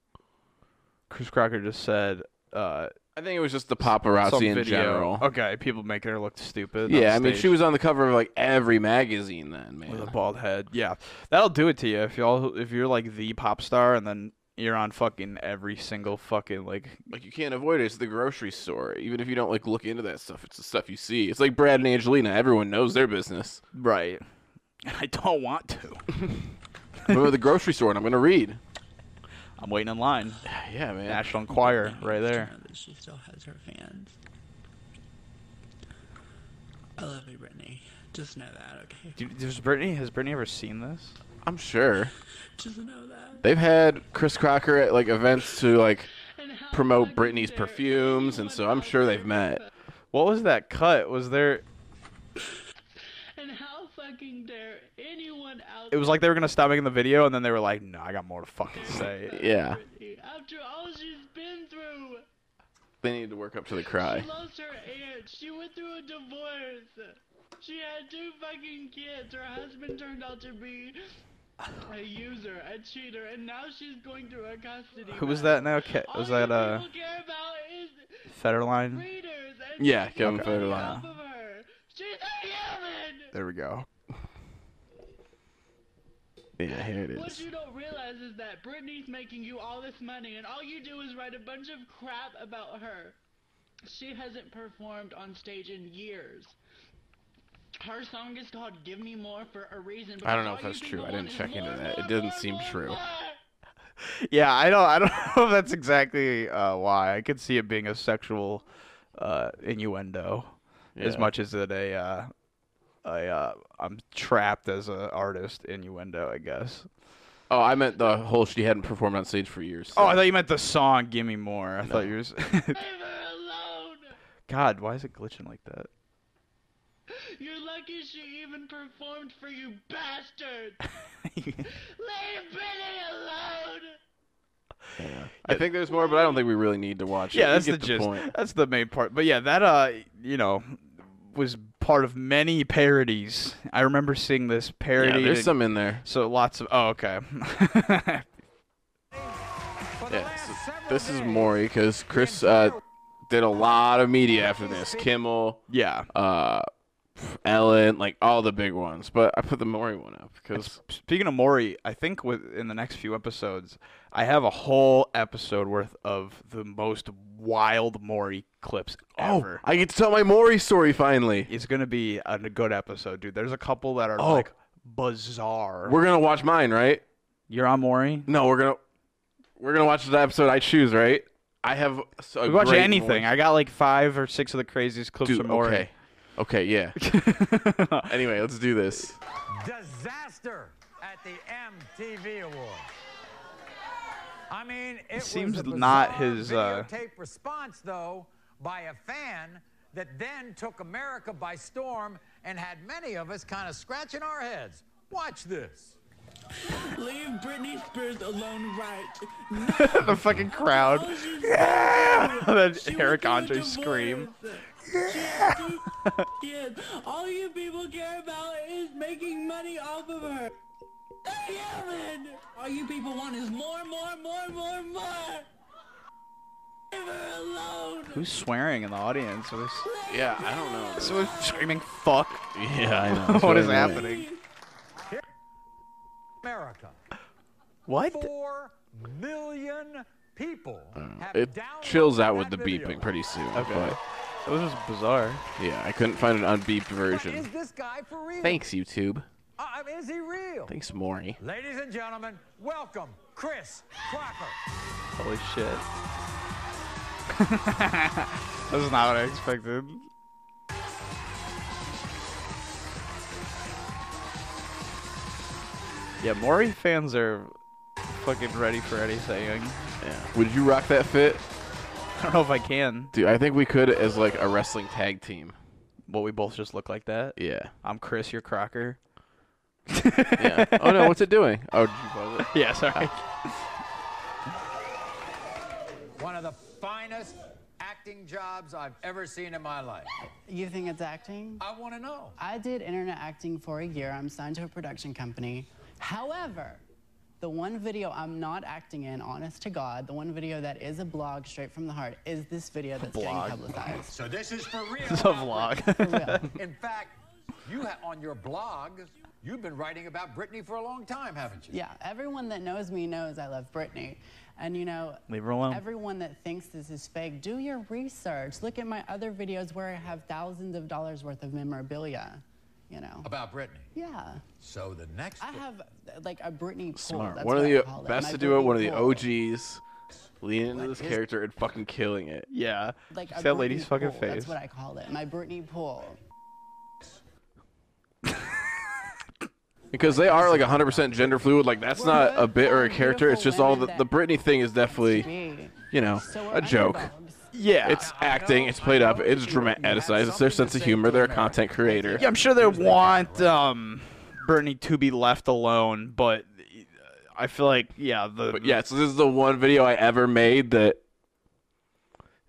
S2: Chris Crocker just said. Uh,
S1: I think it was just the
S2: some
S1: paparazzi in
S2: video-
S1: general.
S2: Okay, people making her look stupid. on
S1: Yeah, I mean,
S2: stage.
S1: she was on the cover of like every magazine then, man.
S2: with a bald head. Yeah, that'll do it to you if y'all if you're like the pop star and then you're on fucking every single fucking like
S1: Like you can't avoid it. It's the grocery store. Even if you don't like look into that stuff, it's the stuff you see. It's like Brad and Angelina. Everyone knows their [LAUGHS] business.
S2: Right. [LAUGHS] I don't want to.
S1: I'm going to the grocery store and I'm going to read.
S2: I'm waiting in line.
S1: Yeah, man.
S2: National Enquirer, right there.
S13: that she still has her fans. I love you, Brittany. Just know that, okay?
S2: Do- Does Brittany has Brittany ever seen this?
S1: I'm sure.
S13: Just know that.
S1: They've had Chris Crocker at like events to like promote Britney's perfumes, and so I'm sure they've met.
S2: What was that cut? Was there?
S13: And how fucking dare anyone out
S2: It was like they were gonna stop making the video, and then they were like, "No, I got more to fucking say."
S1: Yeah,
S13: there after all she's been through?
S1: they need to work up to the cry.
S13: She lost her aunt. She went through a divorce. She had two fucking kids. Her husband turned out to be a user, a cheater, and now she's going through a custody.
S2: Who was that now? Ke- was that uh? Federline.
S1: Yeah, Kevin Federline.
S2: There we go.
S1: [LAUGHS] Yeah, here it
S13: What
S1: is.
S13: you don't realize is that Britney's making you all this money, and all you do is write a bunch of crap about her. She hasn't performed on stage in years. Her song is called "Give Me More" for a reason.
S1: I don't know if that's true. I didn't check into that. It doesn't seem true.
S2: Yeah, I don't. [LAUGHS] I don't know if that's exactly uh, why. I could see it being a sexual uh, innuendo, as
S1: Yeah.
S2: much as it a uh, a uh, I'm trapped as an artist innuendo. I guess.
S1: Oh, I meant the whole she hadn't performed on stage for years.
S2: Oh, I thought you meant the song "Give Me More." I thought you were. s- [LAUGHS] God, why is it glitching like that?
S13: You're lucky she even performed for you, bastard.
S1: [LAUGHS]
S13: Leave Britney alone.
S1: I think there's more, but I don't think we really need to watch it.
S2: yeah,
S1: You
S2: that's the
S1: get
S2: gist.
S1: point.
S2: That's the main part. But yeah, that uh, you know, was part of many parodies. I remember seeing this parody.
S1: there's some in there.
S2: So lots of. Oh, okay. [LAUGHS]
S1: Yeah, so this is Maury because Chris uh, did a lot of media after this. Kimmel,
S2: yeah,
S1: uh, Ellen, like all the big ones. But I put the Maury one up because
S2: Speaking of Maury, I think with in the next few episodes, I have a whole episode worth of the most wild Maury clips ever.
S1: Oh, I get to tell my Maury story finally.
S2: It's gonna be a good episode, dude. There's a couple that are
S1: Oh.
S2: like bizarre.
S1: we're gonna watch mine, right?
S2: You're on Maury.
S1: No, we're gonna we're gonna watch the episode I choose, right? I have s- a
S2: we watch
S1: great
S2: anything.
S1: Maury-
S2: I got like five or six of the craziest clips
S1: Dude,
S2: from Maury.
S1: okay, okay, yeah.
S2: [LAUGHS]
S1: anyway, let's do this.
S14: Disaster at the MTV Awards. I mean, it, was
S2: seems
S14: a
S2: not
S14: bizarre
S2: his, uh,
S14: videotape response though by a fan that then took America by storm and had many of us kind of scratching our heads. Watch this.
S13: Leave Britney Spears alone right
S2: [LAUGHS] the fucking crowd. Yeah! [LAUGHS] that Eric Andre scream. [LAUGHS]
S13: Yeah. Kids, all you people care about is making money off of her. Damn it! All you people want is more, more, more, more, more. Leave her alone.
S2: Who's swearing in the audience? Was
S1: yeah, I don't know.
S2: Someone screaming "fuck."
S1: Yeah,
S2: [LAUGHS]
S1: I know. That's
S2: what
S1: what
S2: is
S1: I meant.
S2: happening?
S14: America.
S2: What?
S14: Four million people have
S1: It chills out with the beeping pretty soon. Okay. But
S2: that was just bizarre.
S1: Yeah, I couldn't find an unbeeped
S14: Is
S1: version.
S14: this guy for real?
S1: Thanks, YouTube.
S14: I
S1: Uh,
S14: I mean, is he real?
S1: Thanks, Maury.
S14: Ladies and gentlemen, welcome Chris Crocker.
S2: Holy shit. [LAUGHS] That was not what I expected. Yeah, Maury fans are fucking ready for anything. [LAUGHS]
S1: Yeah. Would you rock that fit?
S2: don't know if I can.
S1: Dude, I think we could as like a wrestling tag team.
S2: Well, we both just look like that.
S1: Yeah.
S2: I'm Chris, you're Crocker.
S1: yeah. [LAUGHS] Oh no, what's it doing? Oh, did you pause it?
S2: Yeah, sorry.
S14: One of the finest acting jobs I've ever seen in my life.
S15: You think it's acting?
S14: I want to know.
S15: I did internet acting for a year. I'm signed to a production company. However, the one video I'm not acting in, honest to God, the one video that is a blog straight from the heart, is this video that's
S2: Blog.
S15: getting publicized.
S14: So this is for real.
S2: [LAUGHS] This is a vlog.
S14: in fact, you ha- on your blog, you've been writing about Britney for a long time, haven't you?
S15: Yeah, everyone that knows me knows I love Britney. And you know,
S2: Leave her alone.
S15: everyone that thinks this is fake, do your research. Look at my other videos where I have thousands of dollars worth of memorabilia, you know.
S14: About Britney.
S15: Yeah.
S14: So the next.
S15: I have like a Britney pool. [LAUGHS] That's
S1: one of
S15: what I
S1: the
S15: call it,
S1: best
S15: my
S1: to do it.
S15: Britney
S1: One of the
S15: pool.
S1: OGs, leaning into this character and fucking killing it.
S2: Yeah.
S15: Like a
S2: that
S15: Britney
S2: lady's fucking
S15: pool,
S2: face.
S15: That's what I call it. My Britney pool.
S1: Because they are like 100% gender fluid. Like that's not a bit or a character. It's just all the the Britney thing is definitely, you know, a joke.
S2: Yeah.
S1: It's acting. It's played up. It's dramatized. It's their sense of humor. They're a content creator.
S2: Yeah, I'm sure they want um, Brittany to be left alone, but uh, I feel like yeah, the
S15: Mm.
S1: But yeah, so this is the one video I ever made that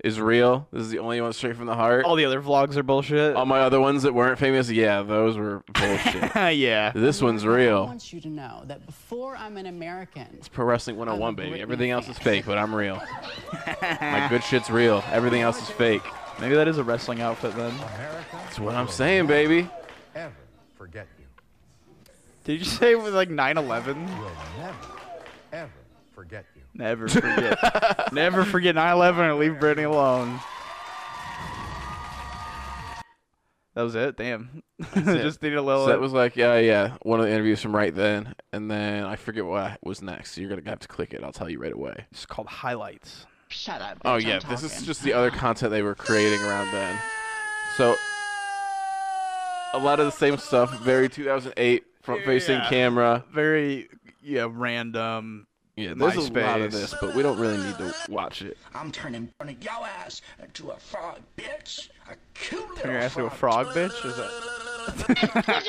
S1: is real. This is the only one straight from the heart.
S15: Oh,
S2: all the other vlogs are bullshit.
S1: All my other ones that weren't famous, yeah, those were bullshit.
S2: [LAUGHS]
S15: [LAUGHS]
S2: yeah.
S1: This one's
S15: I
S1: real.
S15: want you to know that before I'm an American,
S1: It's Pro Wrestling
S15: I'm
S1: 101,
S15: a
S1: baby.
S15: Britney
S1: Everything else is fake, but I'm
S15: [LAUGHS]
S1: real. My good shit's real. Everything else is fake.
S2: Maybe that is a wrestling outfit then.
S1: That's what I'm saying, baby.
S14: Ever forget you.
S2: Did you say it was like 9/11?
S14: Will never, ever forget you.
S2: Never forget. [LAUGHS] Never forget 9/11 or leave Britney alone. That was it. Damn. [LAUGHS]
S1: it.
S2: Just needed a little.
S1: So that was like, yeah, yeah, one of the interviews from right then, and then I forget what I- was next. You're gonna have to click it. I'll tell you right away.
S2: It's called highlights.
S15: Shut up.
S1: Oh yeah, this is just the other content they were creating around then. So a lot of the same stuff, very 2008 front-facing
S2: Yeah.
S1: camera.
S2: very yeah random.
S1: Yeah, there's a lot
S2: MySpace.
S1: of this, but we don't really need to watch it.
S16: I'm turning burning your ass into a frog, bitch. A cute
S2: Turn your ass into a frog, bitch. Is
S10: Would
S2: that?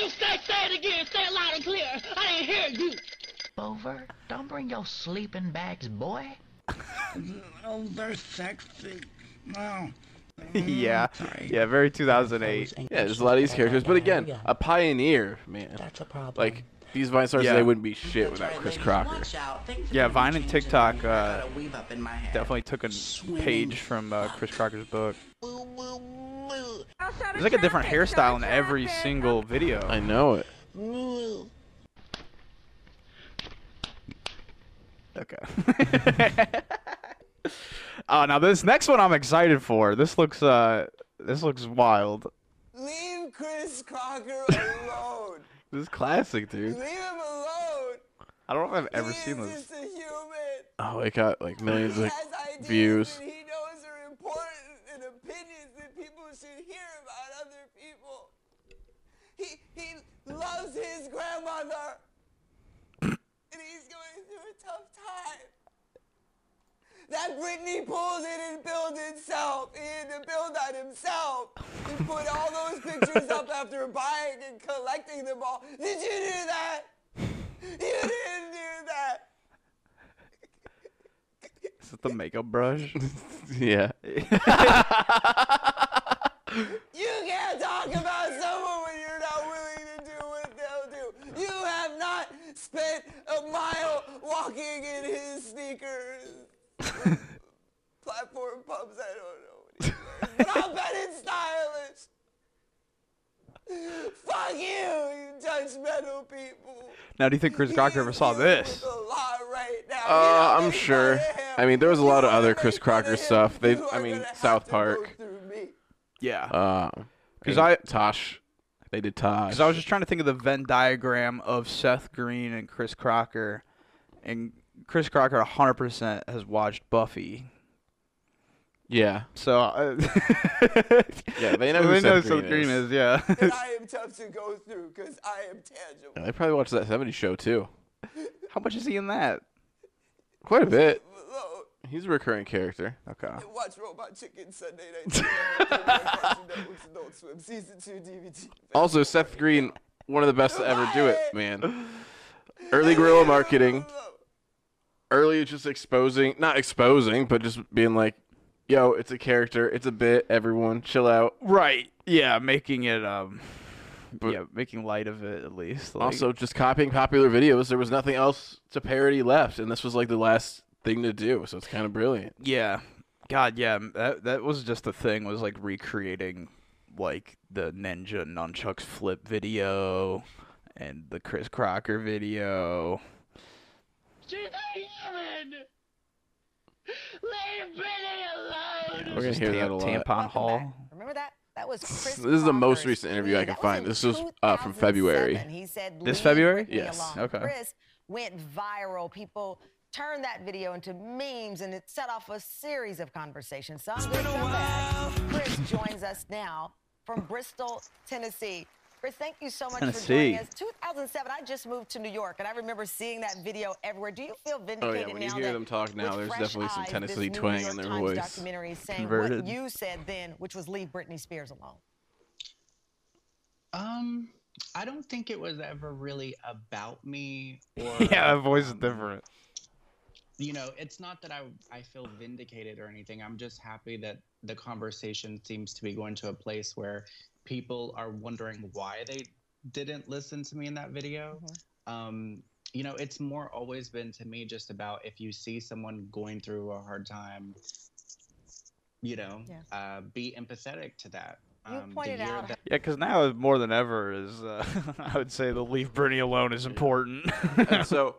S1: [LAUGHS]
S10: you say, say it again? Say it loud and clear. I didn't hear you.
S16: Bover, don't bring your sleeping bags, boy. oh, they're sexy. No.
S2: [LAUGHS] yeah,
S1: Mm,
S2: yeah, very 2008.
S1: Yeah, there's a lot of these characters, but again, a pioneer, man.
S16: That's a problem.
S1: Like these Vine stars,
S2: Yeah.
S1: they wouldn't be shit without Chris Crocker.
S2: Yeah, Vine and TikTok uh, definitely took a page from uh, Chris Crocker's book. There's like a different hairstyle in every single video.
S1: I know it.
S2: Okay. [LAUGHS] Oh, now this next one I'm excited for. This looks uh, this looks wild.
S13: Leave Chris Crocker alone.
S1: This is classic, dude.
S13: Oh, Leave him alone.
S2: I don't know if I've ever seen this.
S13: He's a human.
S1: Oh, it got like millions
S13: he
S1: of
S13: has ideas
S1: views.
S13: that he knows are important and opinions that people should hear about other people. He he loves his grandmother, and he's going through a tough time. That Britney pool didn't build itself. He had to build on himself. He put all those pictures up after buying and collecting them all. Did you do that? You didn't do that.
S2: Is it the makeup brush?
S1: [LAUGHS] yeah.
S13: You can't talk about someone when you're not willing to do what they'll do. You have not spent a mile walking in his sneakers. Platform pumps, I don't know what he's wearing, but I'll bet it's stylish. [LAUGHS] Fuck you, you judgmental people.
S2: [LAUGHS] Now, do you think Chris Crocker ever saw this?
S13: The law right now.
S1: Uh, I'm sure. I mean, there was a lot of other Chris Crocker stuff. They, I mean, South Park.
S2: Yeah.
S1: Uh,
S2: 'Cause
S1: because
S2: I-
S1: I Tosh, they did Tosh.
S2: Because I was just trying to think of the Venn diagram of Seth Green and Chris Crocker, and Chris Crocker 100% has watched Buffy.
S1: yeah,
S2: So uh, [LAUGHS]
S1: yeah, they know
S2: so
S1: who
S2: they know
S1: Seth
S2: Seth
S1: Green
S2: Green
S1: is.
S2: is. Yeah. [LAUGHS]
S13: that I am tough to go through because I am tangible. [LAUGHS]
S1: Yeah, they probably watched that '70s show too.
S2: How much is he in that?
S1: Quite a bit. He's a recurring character.
S2: Okay.
S17: Watch Robot Chicken Sunday night. Adult Swim season two DVD.
S1: Also, Seth Green, one of the best to ever do it, man. Early guerrilla marketing. Early just exposing, not exposing, but just being like, yo, it's a character, it's a bit, everyone, chill out.
S2: Right. Yeah, making it um yeah, making light of it at least. like-
S1: Also, just copying popular videos. There was nothing else to parody left, and this was like the last thing to do, so it's kind of brilliant.
S2: Yeah. God, yeah. m- That that was just the thing was like recreating like the ninja nunchucks flip video and the Chris Crocker video.
S10: Leave Benny
S2: We're
S10: alone!
S2: gonna hear that a lot. Tampon haul.
S18: Remember that? That was Chris.
S1: This is the most recent interview I can find. This was uh, from February.
S18: He said,
S1: This
S18: "Leave
S1: February?
S18: Britney
S1: Yes.
S18: alone."
S1: Okay.
S18: Chris went viral. People turned that video into memes, and it set off a series of conversations. Some good, some bad. Chris joins us now from Bristol, Tennessee. Chris, thank you so much for joining
S2: Tennessee.
S18: us. 2007, I just moved to New York, and I remember seeing that video everywhere. Do you feel
S1: Oh
S18: vindicated
S1: yeah, when you
S18: now
S1: hear
S18: that
S1: them talk now,
S18: with
S1: there's
S18: fresh
S1: definitely some
S18: eyes,
S1: Tennessee
S18: this new
S1: twang
S18: New
S1: in
S18: York
S1: their
S18: Times
S1: voice.
S18: Documentary is saying
S1: Converted.
S18: what you said then, which was leave Britney Spears alone.
S16: Um, I don't think it was ever really about me or
S2: yeah, that voice is different.
S16: you know, it's not that I I feel vindicated or anything. I'm just happy that the conversation seems to be going to a place where people are wondering why they didn't listen to me in that video.
S18: Mm-hmm.
S16: Um, you know, it's more always been to me just about if you see someone going through a hard time, you know, uh, be empathetic to that.
S18: You
S16: the
S18: pointed
S16: year
S18: out
S16: that-
S2: Yeah, because now more than ever is uh, [LAUGHS] I would say the leave Britney alone is [LAUGHS] important.
S1: and so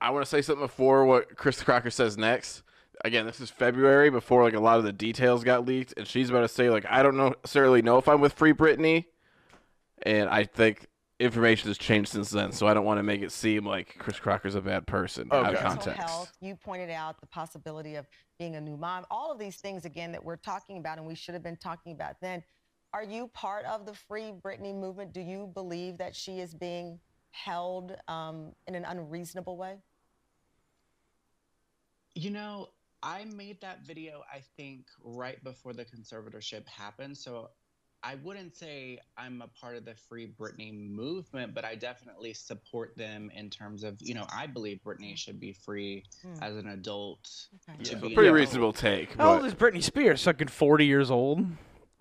S1: I want to say something before what Chris Crocker says next. Again, this is February before like a lot of the details got leaked, and she's about to say like I don't know- necessarily know if I'm with Free Britney, and I think information has changed since then, so I don't want to make it seem like Chris Crocker's a bad person out of
S18: Mental
S1: context.
S18: health, you pointed out the possibility of being a new mom. All of these things, again, that we're talking about and we should have been talking about then. Are you part of the Free Britney movement? Do you believe that she is being held um, in an unreasonable way?
S16: You know, I made that video, I think, right before the conservatorship happened. So I wouldn't say I'm a part of the Free Britney movement, but I definitely support them in terms of, you know, I believe Britney should be free
S18: Mm.
S16: as an adult.
S1: Yeah,
S16: to
S1: so
S16: be
S1: pretty
S16: an
S1: reasonable
S16: adult.
S1: take.
S2: How old
S1: but
S2: is Britney Spears? Fucking forty years old.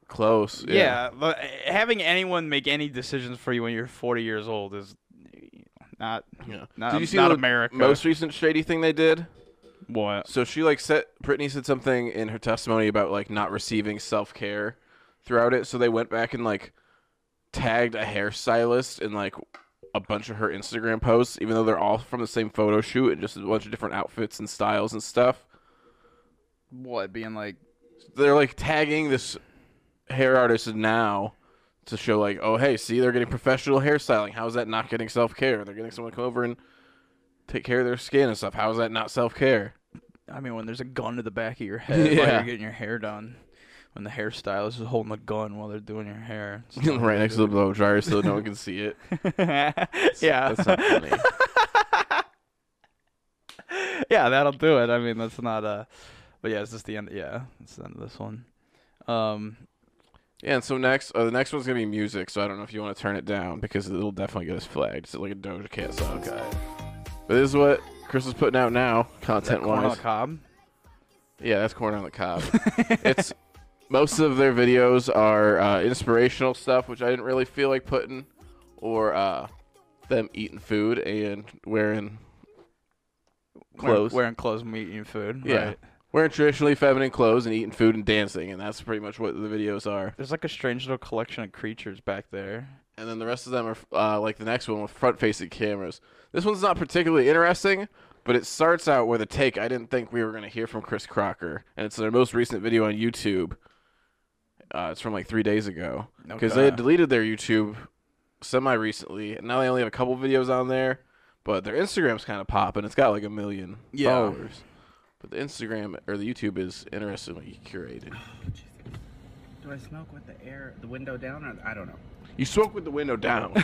S1: close.
S2: Yeah. but eh, having anyone make any decisions for you when you're forty years old is eh, not not,
S1: Did you see
S2: not
S1: the
S2: America.
S1: most recent shady thing they did?
S2: What?
S1: So she like said Brittany said something in her testimony about like not receiving self care throughout it. So they went back and like tagged a hairstylist in like a bunch of her Instagram posts, even though they're all from the same photo shoot and just a bunch of different outfits and styles and stuff.
S2: what being like
S1: They're like tagging this hair artist now to show like, oh hey, see they're getting professional hairstyling. How is that not getting self care? They're getting someone to come over and take care of their skin and stuff. How is that not self care?
S2: I mean, when there's a gun to the
S1: [LAUGHS]
S2: back of your head while
S1: Yeah.
S2: you're getting your hair done, when the hairstylist is holding a gun while they're doing your hair,
S1: [LAUGHS]
S2: it's [LAUGHS] not
S1: [LAUGHS] right next to the
S2: really
S1: blow dryer so no one can see it.
S2: yeah,
S1: That's not funny.
S2: [LAUGHS] yeah, that'll do it. I mean, that's not uh but yeah, it's just the end. Yeah, it's the end of this one. Um,
S1: yeah, and so next, uh, the next one's gonna be music. So I don't know if you want to turn it down because it'll definitely get us flagged. It's like a Doja Cat song. Okay. But this is what Chris is putting out now, content
S2: Corn on
S1: wise.
S2: the cob.
S1: Yeah, that's corn on the
S2: [LAUGHS]
S1: cob. it's most of their videos are uh, inspirational stuff, which I didn't really feel like putting, or uh, them eating food and wearing
S2: Wearing-
S1: clothes.
S2: wearing clothes and eating food.
S1: Yeah.
S2: right.
S1: Wearing traditionally feminine clothes and eating food and dancing, and that's pretty much what the videos are.
S2: There's like a strange little collection of creatures back there.
S1: And then the rest of them are uh, like the next one with front facing cameras. This one's not particularly interesting, but it starts out with a take I didn't think we were going to hear from Chris Crocker. And it's their most recent video on YouTube. Uh, it's from like three days ago. Because they had
S2: Okay.
S1: deleted their YouTube semi recently. And now they only have a couple videos on there. But their Instagram's kind of popping. It's got like a million
S2: Yeah.
S1: followers. But the Instagram or the YouTube is interestingly curated.
S16: Do I smoke with the air, the window down, or I don't know?
S1: You smoke with the window
S2: [LAUGHS]
S1: down.
S2: [LAUGHS]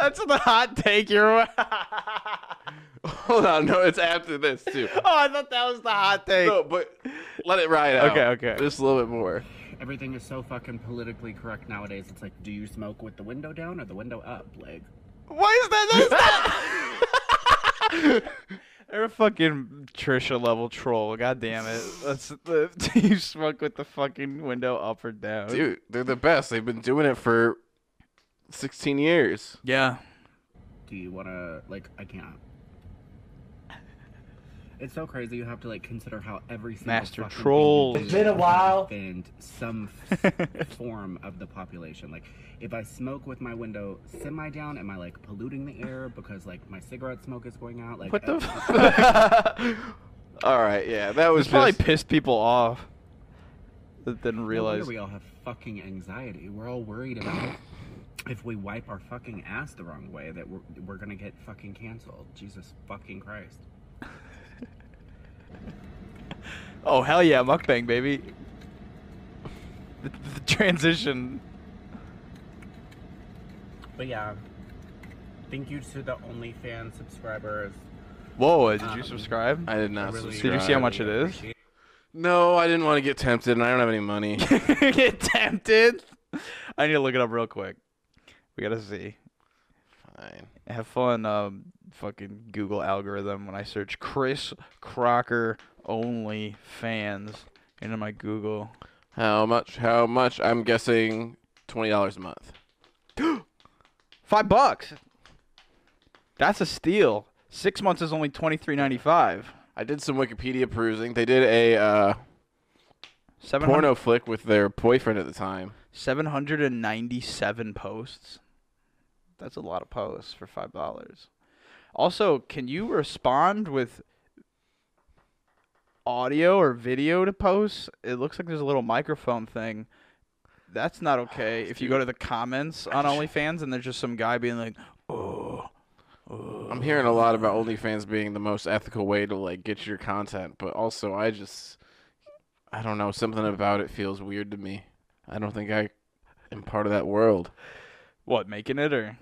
S2: That's the hot take you're.
S1: Hold on, no, it's after this too.
S2: Oh, I thought that was the hot take.
S1: No, but let it ride out.
S2: Okay, okay.
S1: Just a little bit more.
S19: Everything is so fucking politically correct nowadays. It's like, do you smoke with the window down or the window up, leg?
S2: Why is that? That's that. They're a fucking Trisha level troll. God damn it. That's the [LAUGHS] you smoke with the fucking window up or down.
S1: Dude, they're the best. They've been doing it for 16 years.
S2: Yeah.
S19: Do you want to like? I can't. It's so crazy. You have to like consider how every single
S2: Master
S19: fucking
S2: trolls.
S19: individual
S2: It's been a while.
S19: and some
S2: [LAUGHS]
S19: f- form of the population. Like, if I smoke with my window semi down, am I like polluting the air because like my cigarette smoke is going out? Like, uh, oh,
S2: What [LAUGHS] the
S1: All right, yeah, that was
S2: This probably
S1: just-
S2: pissed people off that didn't
S19: No wonder
S2: realize.
S19: we all have fucking anxiety. We're all worried about if we wipe our fucking ass the wrong way that we're, we're gonna get fucking canceled. Jesus fucking Christ.
S2: Oh hell yeah, mukbang baby. The, the transition.
S19: But yeah, thank you to the OnlyFans subscribers.
S2: Whoa, did you
S19: Um,
S2: subscribe? [LAUGHS]
S1: I did not
S2: Did
S1: subscribe.
S2: you see how much it is?
S1: No, I didn't want to get tempted, and I don't have any
S2: [LAUGHS]
S1: money.
S2: get tempted. I need to look it up real quick. We gotta see.
S1: Fine.
S2: Have fun, um, fucking Google algorithm. When I search Chris Crocker only fans into my Google,
S1: How much? How much? I'm guessing twenty dollars a month.
S2: five bucks. That's a steal. Six months is only twenty three ninety five.
S1: I did some Wikipedia perusing. They did a uh, porno flick with their boyfriend at the time.
S2: Seven hundred and ninety seven posts. That's a lot of posts for five dollars. Also, can you respond with audio or video to posts? It looks like there's a little microphone thing. That's not okay. If you go to the comments on OnlyFans and there's just some guy being like, "Oh,
S1: I'm hearing a lot about OnlyFans being the most ethical way to like get your content, but also I just, I don't know, something about it feels weird to me. I don't think I am part of that world.
S2: what making it or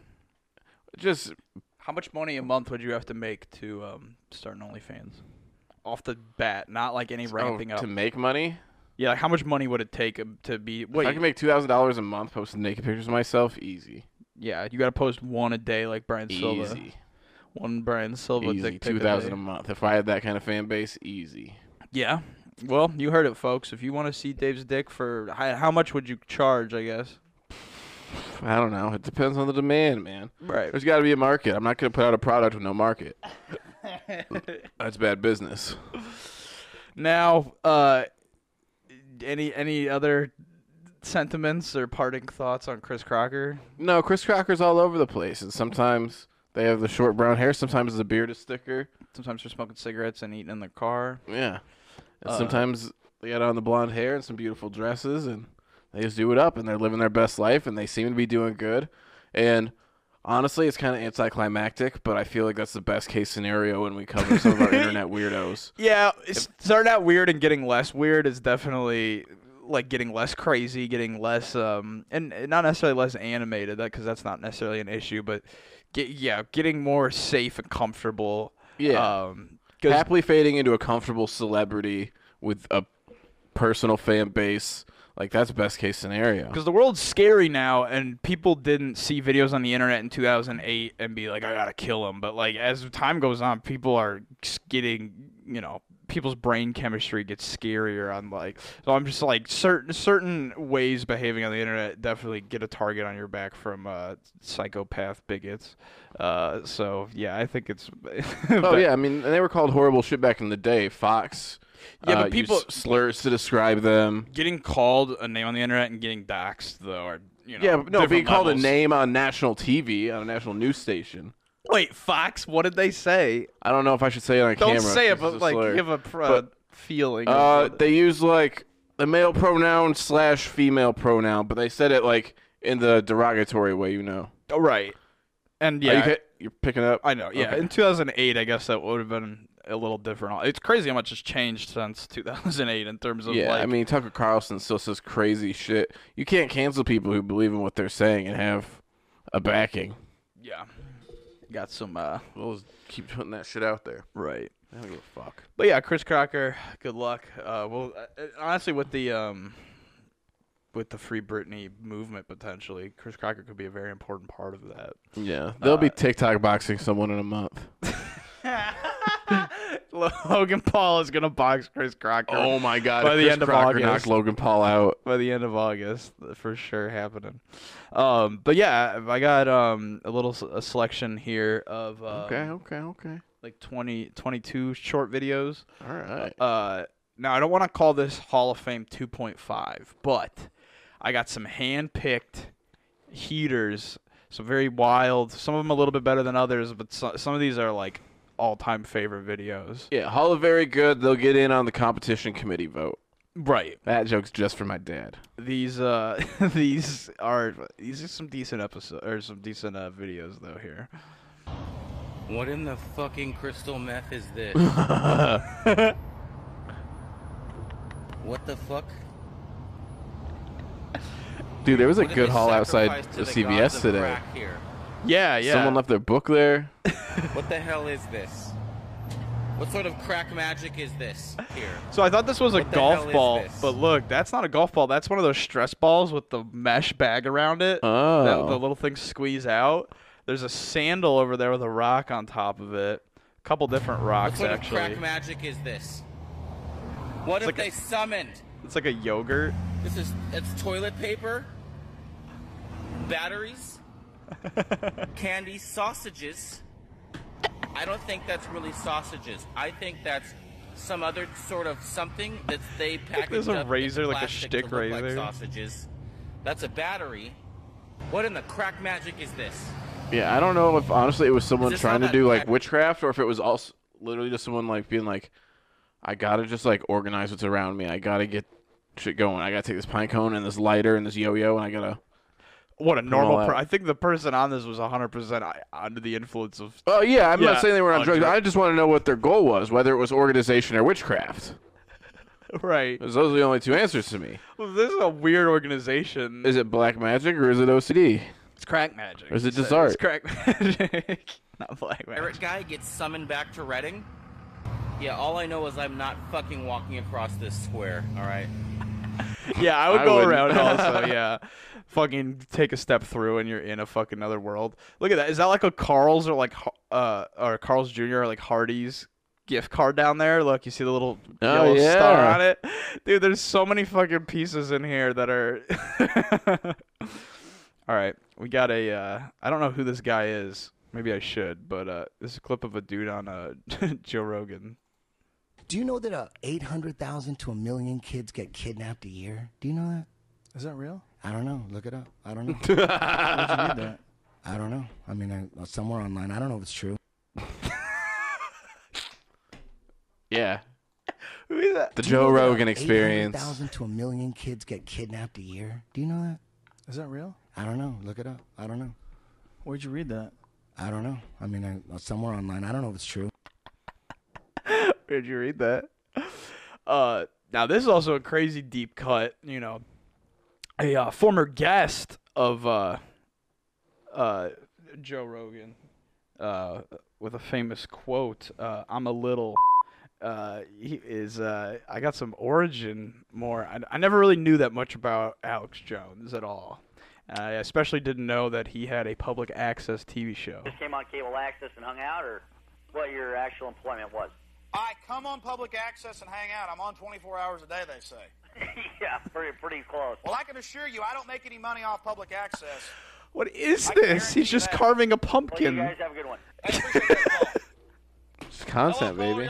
S1: just
S2: how much money a month would you have to make to um, start an OnlyFans? Off the bat, not like any ramping up
S1: Oh, to make money.
S2: Yeah, like how much money would it take um, to be? Wait,
S1: if I can make two thousand dollars a month posting naked pictures of myself, easy.
S2: Yeah, you got to post one a day, like Brian Silva.
S1: Easy.
S2: One Brian Silva
S1: easy,
S2: dick pic a
S1: two thousand
S2: day.
S1: a month. If I had that kind of fan base, easy.
S2: Yeah. Well, you heard it, folks. If you want to see Dave's dick for how, how much would you charge? I guess.
S1: I don't know. It depends on the demand, man.
S2: Right.
S1: There's got to be a market. I'm not going to put out a product with no
S2: [LAUGHS]
S1: market. That's bad business.
S2: Now, uh, any any other sentiments or parting thoughts on Chris Crocker?
S1: No, Chris Crocker's all over the place, and sometimes they have the short brown hair. Sometimes the beard is thicker.
S2: Sometimes they're smoking cigarettes and eating in their car.
S1: Yeah. And
S2: Uh,
S1: sometimes they got on the blonde hair and some beautiful dresses, and they just do it up, and they're living their best life, and they seem to be doing good. And honestly, it's kind of anticlimactic, but I feel like that's the best case scenario when we cover some
S2: [LAUGHS]
S1: of our internet weirdos.
S2: Yeah, it's starting out weird and getting less weird is definitely like getting less crazy, getting less um, and and not necessarily less animated, that because that's not necessarily an issue, but get, yeah, getting more safe and comfortable.
S1: Yeah.
S2: um, 'cause-
S1: Happily fading into a comfortable celebrity with a personal fan base, like that's best case scenario.
S2: Because the world's scary now, and people didn't see videos on the internet in 2008 and be like, "I gotta kill him." But like as time goes on, people are s- getting, you know, people's brain chemistry gets scarier. On like, so I'm just like certain certain ways behaving on the internet definitely get a target on your back from uh, psychopath bigots. Uh, so yeah, I think it's. [LAUGHS]
S1: Oh yeah, I mean, and they were called horrible shit back in the day. Fox,
S2: Yeah, but
S1: uh, used
S2: people-
S1: slurs to describe them.
S2: Getting called a name on the internet and getting doxxed though are you know
S1: yeah, but no,
S2: different
S1: being called a
S2: levels.
S1: name on national TV on a national news station.
S2: Wait, Fox, what did they say?
S1: I don't know if I should say it on
S2: Don't
S1: camera.
S2: say it,
S1: 'cause
S2: but
S1: it's
S2: like
S1: slur.
S2: give a pr-
S1: But,
S2: feeling. of
S1: uh,
S2: what-
S1: they use like the male pronoun slash female pronoun, but they said it like in the derogatory way, you know.
S2: Oh, right. And
S1: Are you
S2: yeah,
S1: ca- you're picking up.
S2: I know. Yeah,
S1: Okay.
S2: in 2008, I guess that would have been a little different. It's crazy how much has changed since 2008 in terms of
S1: yeah,
S2: like.
S1: I mean Tucker Carlson still says crazy shit. You can't cancel people who believe in what they're saying and have a backing.
S2: yeah. Got some. uh
S1: We'll keep putting that shit out there.
S2: Right.
S1: I don't give a fuck.
S2: But yeah, Chris Crocker, good luck. Uh, well, uh, uh, honestly, with the um, with the Free Britney movement potentially, Chris Crocker could be a very important part of that.
S1: Yeah, they'll be TikTok boxing someone in a month.
S2: [LAUGHS] Logan Paul is gonna box Chris Crocker.
S1: Oh my god!
S2: By
S1: if
S2: the
S1: Chris
S2: end of
S1: Crocker
S2: August,
S1: knocks Logan Paul out.
S2: By the end of August, for sure happening. Um, but yeah, I got um a little s a selection here of um,
S1: Okay, okay, okay.
S2: like 20, 22 short videos.
S1: All right.
S2: Uh, now I don't want to call this Hall of Fame 2.5, but I got some hand-picked heaters, some very wild. Some of them a little bit better than others, but so, some of these are like all-time favorite videos.
S1: Yeah, Hall of Very Good. They'll get in on the competition committee vote.
S2: Right.
S1: That joke's just for my dad.
S2: These uh [LAUGHS] these are these are some decent episode or some decent uh, videos though here.
S20: What in the fucking crystal meth is
S1: [LAUGHS]
S20: this? what the fuck?
S1: Dude, there was a
S20: What did
S1: good
S20: they
S1: haul outside
S20: sacrifice to the
S1: the
S20: gods
S1: CVS
S20: of
S1: today.
S20: crack here?
S2: Yeah, yeah.
S1: Someone left their book there.
S20: What the hell is this? What sort of crack magic is this here?
S2: So I thought this was a
S20: What the hell
S2: golf
S20: is
S2: ball,
S20: this?
S2: but look, that's not a golf ball. That's one of those stress balls with the mesh bag around it.
S1: Oh.
S2: That, the little things squeeze out. There's a sandal over there with a rock on top of it. A couple different
S20: What
S2: rocks
S20: sort
S2: actually.
S20: of crack magic is this? What if
S2: It's like
S20: they
S2: a-
S20: summoned?
S2: It's like a yogurt.
S20: This is it's toilet paper,
S2: [LAUGHS]
S20: batteries, candy, sausages. I don't think that's really sausages. I think that's some other sort of something that they packaged
S2: there's a
S20: up in
S2: razor, like a
S20: plastic to
S2: shtick
S20: look
S2: razor.
S20: Like sausages. That's a battery. What in the crack magic is this?
S1: Yeah, I don't know if honestly it was someone
S20: this how
S1: trying to
S20: that
S1: do like
S20: crack-
S1: witchcraft or if it was also literally just someone like being like, I gotta just like organize what's around me. I gotta get shit going. I gotta take this pine cone and this lighter and this yo-yo and I gotta.
S2: What a
S1: Put 'em all
S2: normal. Per-
S1: out.
S2: I think the person on this was 100% I- under the influence of. [LAUGHS]
S1: Oh yeah, I'm
S2: Yeah,
S1: not saying they were on
S2: on
S1: drugs.
S2: drugs.
S1: I just want to know what their goal was, whether it was organization or witchcraft.
S2: Right.
S1: 'Cause those are the only two answers to me.
S2: Well, this is a weird organization.
S1: Is it black magic or is it OCD?
S2: It's crack magic.
S1: Or is it
S2: It's- uh,
S1: just
S2: it's
S1: art?
S2: crack magic. [LAUGHS] Not black magic.
S20: Pirate guy gets summoned back to Reading. Yeah, all I know is I'm not fucking walking across this square. All right.
S2: Yeah, I would
S20: I
S2: go
S20: wouldn't.
S1: [LAUGHS]
S2: around also. Yeah, fucking take a step through, and you're in a fucking other world. Look at that. Is that like a Carl's or like Har- uh or Carl's Jr. or like Hardee's gift card down there? Look, you see the little
S1: Oh,
S2: yellow star
S1: yeah.
S2: on it, dude. There's so many fucking pieces in here that are. [LAUGHS] All right, we got a. Uh, I don't know who this guy is. Maybe I should, but uh, this is a clip of a dude on uh, [LAUGHS] Joe Rogan.
S21: Do you know that uh, 800,000 to a million kids get kidnapped a year? Do you know that? Is that real? I don't know. Look it up. I don't
S22: [LAUGHS]
S21: know.
S22: Where'd you read that?
S21: I don't know. I mean, I, uh, somewhere online. I don't know if it's true.
S1: Yeah.
S2: Who is that?
S1: The Joe Rogan experience.
S21: 800,000 to a million kids get kidnapped a year. Do you know that?
S22: Is that real?
S21: I don't know. Look it up. I don't know.
S22: Where'd you read that?
S21: I don't know. I mean, I, somewhere online. I don't know if it's true.
S2: Where'd you read that? Uh, now this is also a crazy deep cut. You know, a uh, former guest of uh, uh, Joe Rogan, uh, with a famous quote, uh, "I'm a little." Uh, he is. Uh, I got some origin more. I, I never really knew that much about Alex Jones at all. I especially didn't know that he had a public access TV show.
S23: just came on cable access and hung out, or what your actual employment was?
S5: I come on public access and hang out. I'm on 24 hours a day, they say.
S23: yeah, pretty pretty close.
S5: Well, I can assure you, I don't make any money off public access.
S2: What is this? He's just carving a pumpkin.
S5: guys have a good one.
S1: It's content, baby.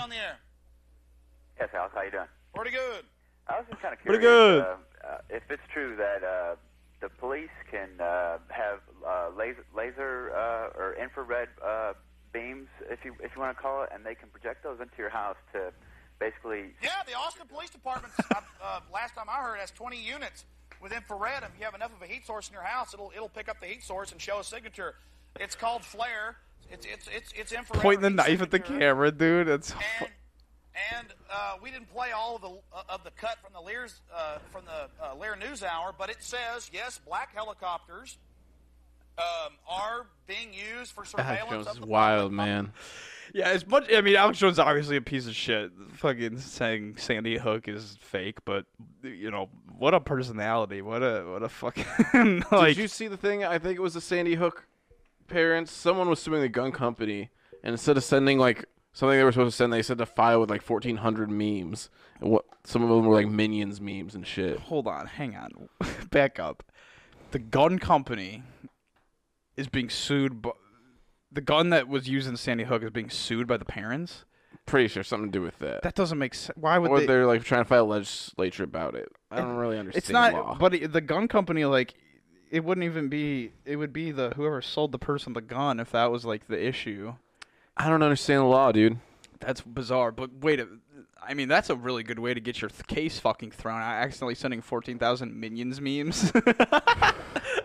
S23: Yes, Alex, how you doing?
S5: Pretty good.
S23: I was just kind of
S1: Pretty good.
S23: curious. Uh, uh, if it's true that uh, the police can uh, have uh, laser, laser uh, or infrared uh, beams, if you if you want to call it, and they can project those into your house to basically
S5: Yeah, the Austin Police Department, [LAUGHS] uh, uh, last time I heard, has 20 units with infrared. If you have enough of a heat source in your house, it'll it'll pick up the heat source and show a signature. It's called flare. It's it's it's it's infrared.
S2: pointing the
S5: heat
S2: knife at the
S5: signature.
S2: camera, dude. That's fu-
S5: And uh, we didn't play all of the uh, of the cut from the Lear's uh, from the uh, Lear News Hour, but it says yes, black helicopters um, are being used for
S1: Alex
S5: surveillance
S1: Jones
S5: of
S1: is
S5: the
S1: wild, man.
S2: Yeah, as much. I mean, Alex Jones is obviously a piece of shit. Fucking saying Sandy Hook is fake, but you know what a personality. What a what a fucking [LAUGHS] like.
S1: Did you see the thing? I think it was the Sandy Hook parents. Someone was suing the gun company, and instead of sending like something they were supposed to send, they sent a file with like fourteen hundred memes. And what some of them were like minions memes and shit.
S2: Hold on, hang on, [LAUGHS] back up. The gun company is being sued. By, the gun that was used in Sandy Hook is being sued by the parents.
S1: Pretty sure something to do with that.
S2: That doesn't make sense. Why would
S1: or
S2: they?
S1: they... are like trying to file legislature about it. I don't really understand.
S2: It's not,
S1: law.
S2: but it- the gun company like it wouldn't even be. It would be the whoever sold the person the gun if that was like the issue.
S1: I don't understand the law, dude.
S2: That's bizarre. But wait, a, I mean that's a really good way to get your th- case fucking thrown out. Accidentally sending fourteen thousand minions memes. [LAUGHS]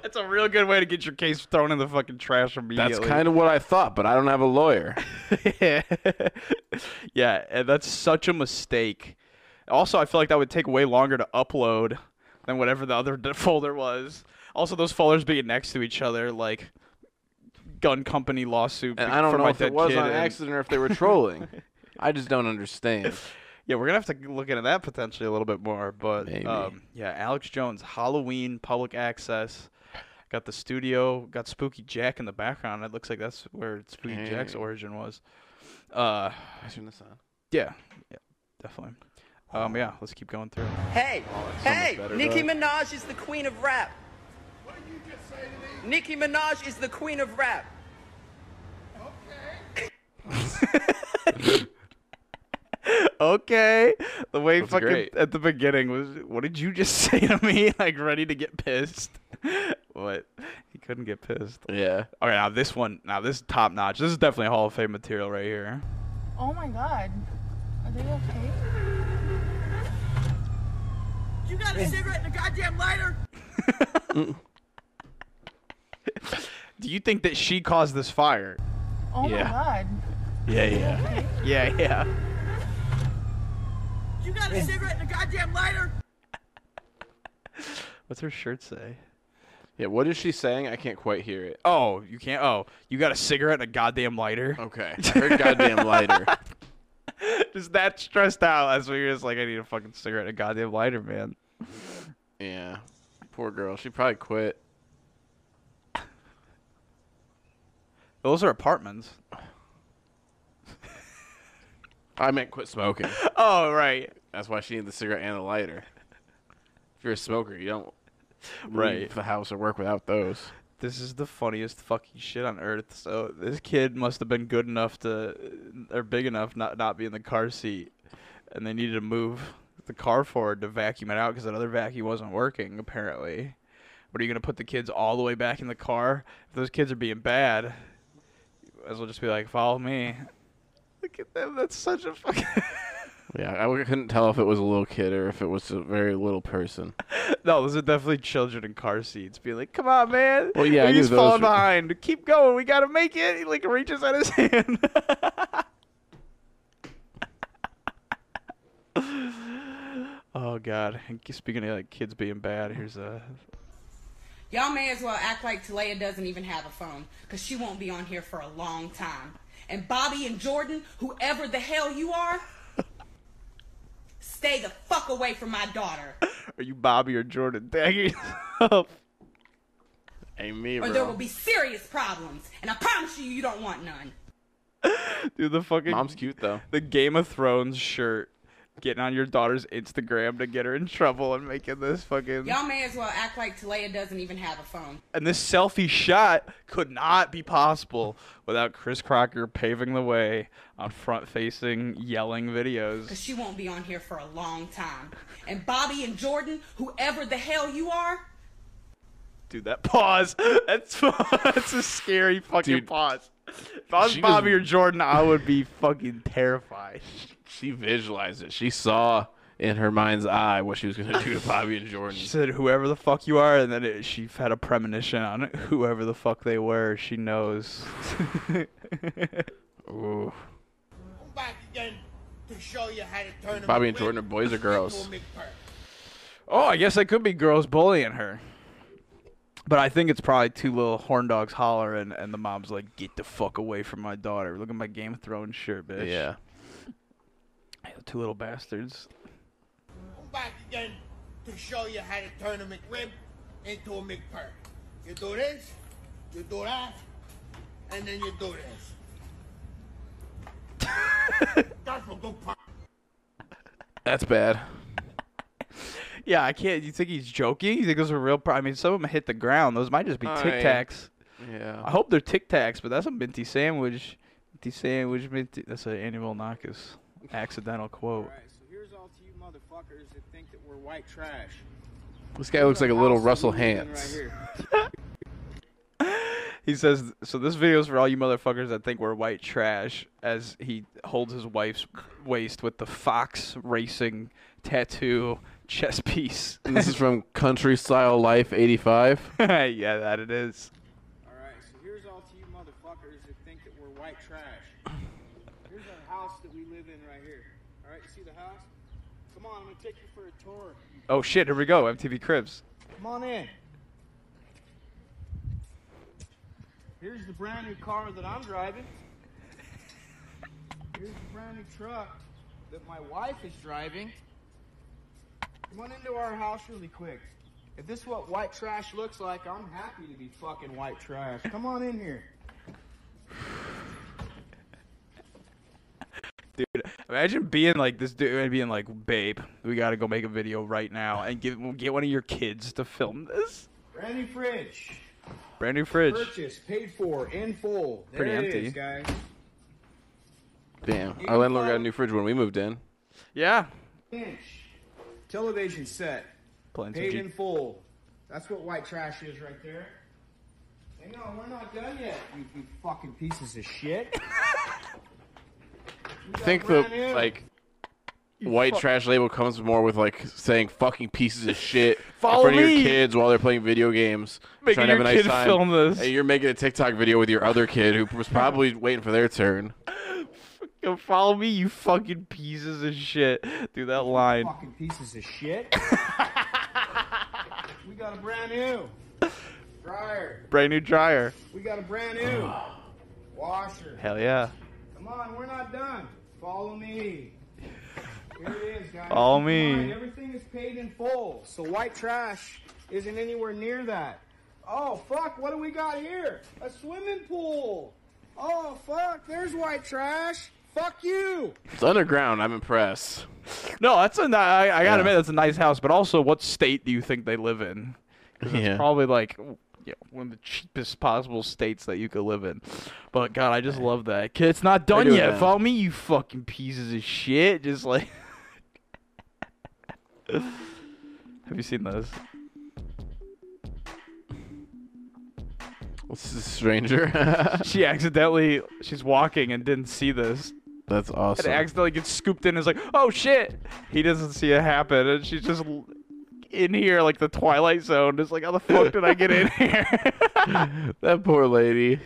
S2: that's a real good way to get your case thrown in the fucking trash immediately.
S1: That's kind of what I thought, but I don't have a
S2: [LAUGHS]
S1: lawyer.
S2: yeah, and that's such a mistake. Also, I feel like that would take way longer to upload than whatever the other [LAUGHS] d- folder was. Also, those folders being next to each other, like gun company lawsuit.
S1: And
S2: be-
S1: I don't
S2: for
S1: know
S2: my
S1: if it
S2: dead
S1: was
S2: kid
S1: on
S2: and-
S1: accident or if they were
S2: [LAUGHS]
S1: trolling. I just don't understand.
S2: Yeah, we're gonna have to look into that potentially a little bit more. But um, yeah, Alex Jones, Halloween, public access. Got the studio, got Spooky Jack in the background. It looks like that's where Spooky Jack's
S1: Hey.
S2: origin was. Uh,
S1: I turn this on.
S2: Yeah, yeah, definitely. Um, yeah, let's keep going through.
S3: Hey,
S2: Oh, so much
S3: hey,
S2: better,
S3: Nicki
S2: dog.
S3: Minaj is the queen of rap. What did you just say to me? Nicki Minaj is the queen of rap.
S2: okay. The way
S1: That's
S2: fucking
S1: great.
S2: at the beginning was, what did you just [LAUGHS] say to me? Like ready to get pissed. [LAUGHS] what? He couldn't get pissed.
S1: Yeah.
S2: All right, now this one, now this is top notch. This is definitely Hall of Fame material right here.
S10: Oh my god. Are they okay? You got a cigarette and a goddamn lighter?
S2: Do you think that she caused this fire?
S10: Oh
S2: Yeah.
S10: my god.
S2: Yeah, yeah. Yeah, yeah.
S10: You got a cigarette and a goddamn lighter?
S2: [LAUGHS] What's her shirt say?
S1: Yeah, what is she saying? I can't quite hear it.
S2: Oh, you can't. Oh, you got a cigarette and a goddamn lighter.
S1: Okay, her goddamn [LAUGHS] lighter.
S2: [LAUGHS] just that stressed out as we were just like, I need a fucking cigarette and a goddamn lighter, man.
S1: Yeah. Poor girl. She probably quit.
S2: Those are apartments.
S1: I meant quit smoking.
S2: Oh, right.
S1: That's why she needed the cigarette and the lighter. If you're a smoker, you don't leave
S2: Right.
S1: the house or work without those.
S2: This is the funniest fucking shit on earth. So this kid must have been good enough to, or big enough not not be in the car seat, and they needed to move the car forward to vacuum it out because that other vacuum wasn't working apparently. But are you gonna put the kids all the way back in the car? If those kids are being bad, you might as well just be like, follow me. Look at them. That's such a fucking. [LAUGHS]
S1: Yeah, I couldn't tell if it was a little kid or if it was a very little person.
S2: no, those are definitely children in car seats. Be like, come on, man.
S1: Well, yeah, I knew
S2: he's
S1: those
S2: falling
S1: were-
S2: behind. Keep going. We gotta make it. He like reaches out his hand. [LAUGHS] oh God! And speaking of like kids being bad, here's a
S4: Y'all may as well act like Talea doesn't even have a phone, because she won't be on here for a long time. And Bobby and Jordan, whoever the hell you are, stay the fuck away from my daughter,
S2: Are you Bobby or Jordan? [LAUGHS] Dang yourself.
S1: Hey, me,
S4: or there will be serious problems. And I promise you, you don't want none.
S2: Dude, the fucking
S1: mom's cute though.
S2: The Game of Thrones shirt, getting on your daughter's Instagram to get her in trouble and making this fucking
S4: Y'all may as well act like Talea doesn't even have a phone.
S2: And this selfie shot could not be possible without Chris Crocker paving the way on front facing yelling videos.
S4: Because she won't be on here for a long time. And Bobby and Jordan, whoever the hell you are,
S2: Dude, that pause. [LAUGHS] That's that's a scary fucking
S1: Dude,
S2: pause. If I was
S1: she was-
S2: Bobby or Jordan, I would be fucking terrified.
S1: She visualized it. She saw in her mind's eye what she was going to do to Bobby and Jordan.
S2: She said, "Whoever the fuck you are," and then it, she had a premonition on [LAUGHS] whoever the fuck they were. She knows. [LAUGHS] Ooh.
S10: I'm back again to show you how to turn 'em
S1: Bobby and
S10: away
S1: Jordan are boys or girls?
S10: into a McPerk.
S2: Oh, I guess that could be girls bullying her. But I think it's probably two little horn dogs hollering, and the mom's like, "Get the fuck away from my daughter! Look at my Game of Thrones shirt, bitch."
S1: Yeah.
S2: Two little bastards.
S6: I'm back again to show you how to turn a McRib into a McPerk. You do this, you do that, and then you do this. That's what good part.
S1: That's bad.
S2: Yeah, I can't. You think he's joking? You think those are real? Pro- I mean, some of them hit the ground. Those might just be
S1: I-
S2: Tic Tacs.
S1: yeah.
S2: I hope they're Tic Tacs, but that's a minty sandwich. Minty sandwich. Minty. That's an Annie Milonakis accidental quote.
S8: So here's all to you motherfuckers that think that we're white trash.
S1: This guy looks like a little Russell
S8: Absolutely
S1: Hans.
S8: Right
S2: He says, "So this video is for all you motherfuckers that think we're white trash." As he holds his wife's waist with the fox racing tattoo chess piece. [LAUGHS]
S1: And this is from Country Style Life 85.
S2: yeah, that it is.
S8: all right, so here's all to you motherfuckers that think that we're white trash. Here's our house that we live in right here. All right, you see the house? Come on, I'm gonna take you for a tour.
S2: Oh shit! Here we go. MTV Cribs.
S8: Come on in. Here's the brand new car that I'm driving. Here's the brand new truck that my wife is driving. Come on into our house really quick. If this is what white trash looks like, I'm happy to be fucking white trash. Come on in here.
S2: Dude, imagine being like this dude and being like, "Babe, we gotta go make a video right now and get get one of your kids to film this
S8: Brand new fridge.
S2: brand new fridge."
S8: Purchase paid for in full. There
S2: Pretty
S8: it
S2: empty.
S8: is, guys.
S1: Damn. Our landlord got a new fridge when we moved in.
S2: Yeah.
S8: Inch. Television set.
S2: Playing some
S8: Paid in
S2: G-
S8: full. That's what white trash is right there. Hang on, we're not done yet, you, you fucking pieces of [LAUGHS] shit.
S1: I think the like white
S8: fuck-
S1: trash label comes more with like saying fucking pieces of shit
S2: Follow
S1: in front of
S2: me.
S1: your kids while they're playing video games,
S2: Making
S1: trying to have a
S2: your
S1: nice
S2: kid
S1: time.
S2: film this.
S1: And you're making a TikTok video with your other kid who was probably waiting for their turn.
S2: Yo, follow me, you fucking pieces of shit. Dude, that line.
S8: fucking pieces of shit. [LAUGHS] we got a brand new
S1: [LAUGHS]
S8: dryer.
S2: Brand new dryer.
S8: We got a brand new washer.
S2: Ah. Hell yeah.
S8: Come on, we're not done. Follow me. Here it is, guys.
S2: Follow
S8: Keep
S2: me.
S8: in mind, everything is paid in full, so white trash isn't anywhere near that. Oh fuck, what do we got here? A swimming pool. Oh fuck, there's white trash. Fuck you.
S1: It's underground. I'm impressed.
S2: No, that's a ni- I, I gotta admit that's a nice house, but also, what state do you think they live in? 'Cause it's
S1: Yeah.
S2: probably like you know, one of the cheapest possible states that you could live in. But God, I just love that. Kid, It's not done
S1: do,
S2: yet.
S1: man.
S2: Follow me, you fucking pieces of shit. Just like. [LAUGHS] Have you seen those?
S1: What's this stranger? [LAUGHS]
S2: she accidentally she's walking and didn't see this.
S1: That's awesome.
S2: And accidentally gets scooped in and is like, oh shit! He doesn't see it happen and she's just l- in here like the Twilight Zone. It's like, how the fuck did I
S1: [LAUGHS]
S2: get in here?
S1: that poor lady.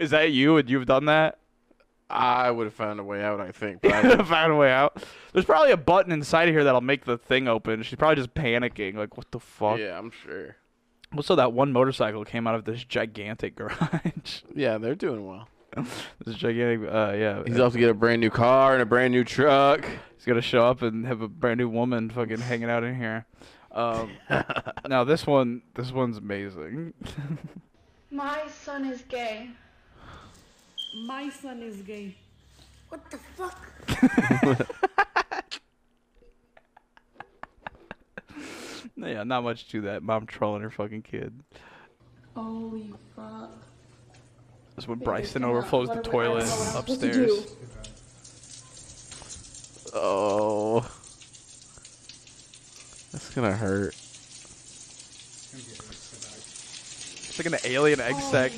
S2: Is that you? Would you have done that? [LAUGHS]
S1: I would have found a way out. I think. But I [LAUGHS]
S2: I found a way out. There's probably a button inside of here that'll make the thing open. She's probably just panicking, like, what the fuck?
S1: Yeah, I'm sure.
S2: Also, that one motorcycle came out of this gigantic [LAUGHS] garage.
S1: Yeah, they're doing well.
S2: this gigantic, uh, yeah.
S1: He's off to get a brand new car and a brand new truck.
S2: He's gonna show up and have a brand new woman fucking hanging out in here.
S1: [LAUGHS]
S2: Um, now this one, this one's amazing. [LAUGHS]
S10: My son is gay.
S4: My son is gay. What the fuck?
S2: yeah, not much to that. Mom trolling her fucking kid.
S10: Holy fuck.
S2: That's when Bryson overflows the
S10: What do I- I don't
S2: toilet
S10: know what I'm supposed to
S2: upstairs.
S1: Oh, that's gonna hurt.
S2: It's like an alien egg sack.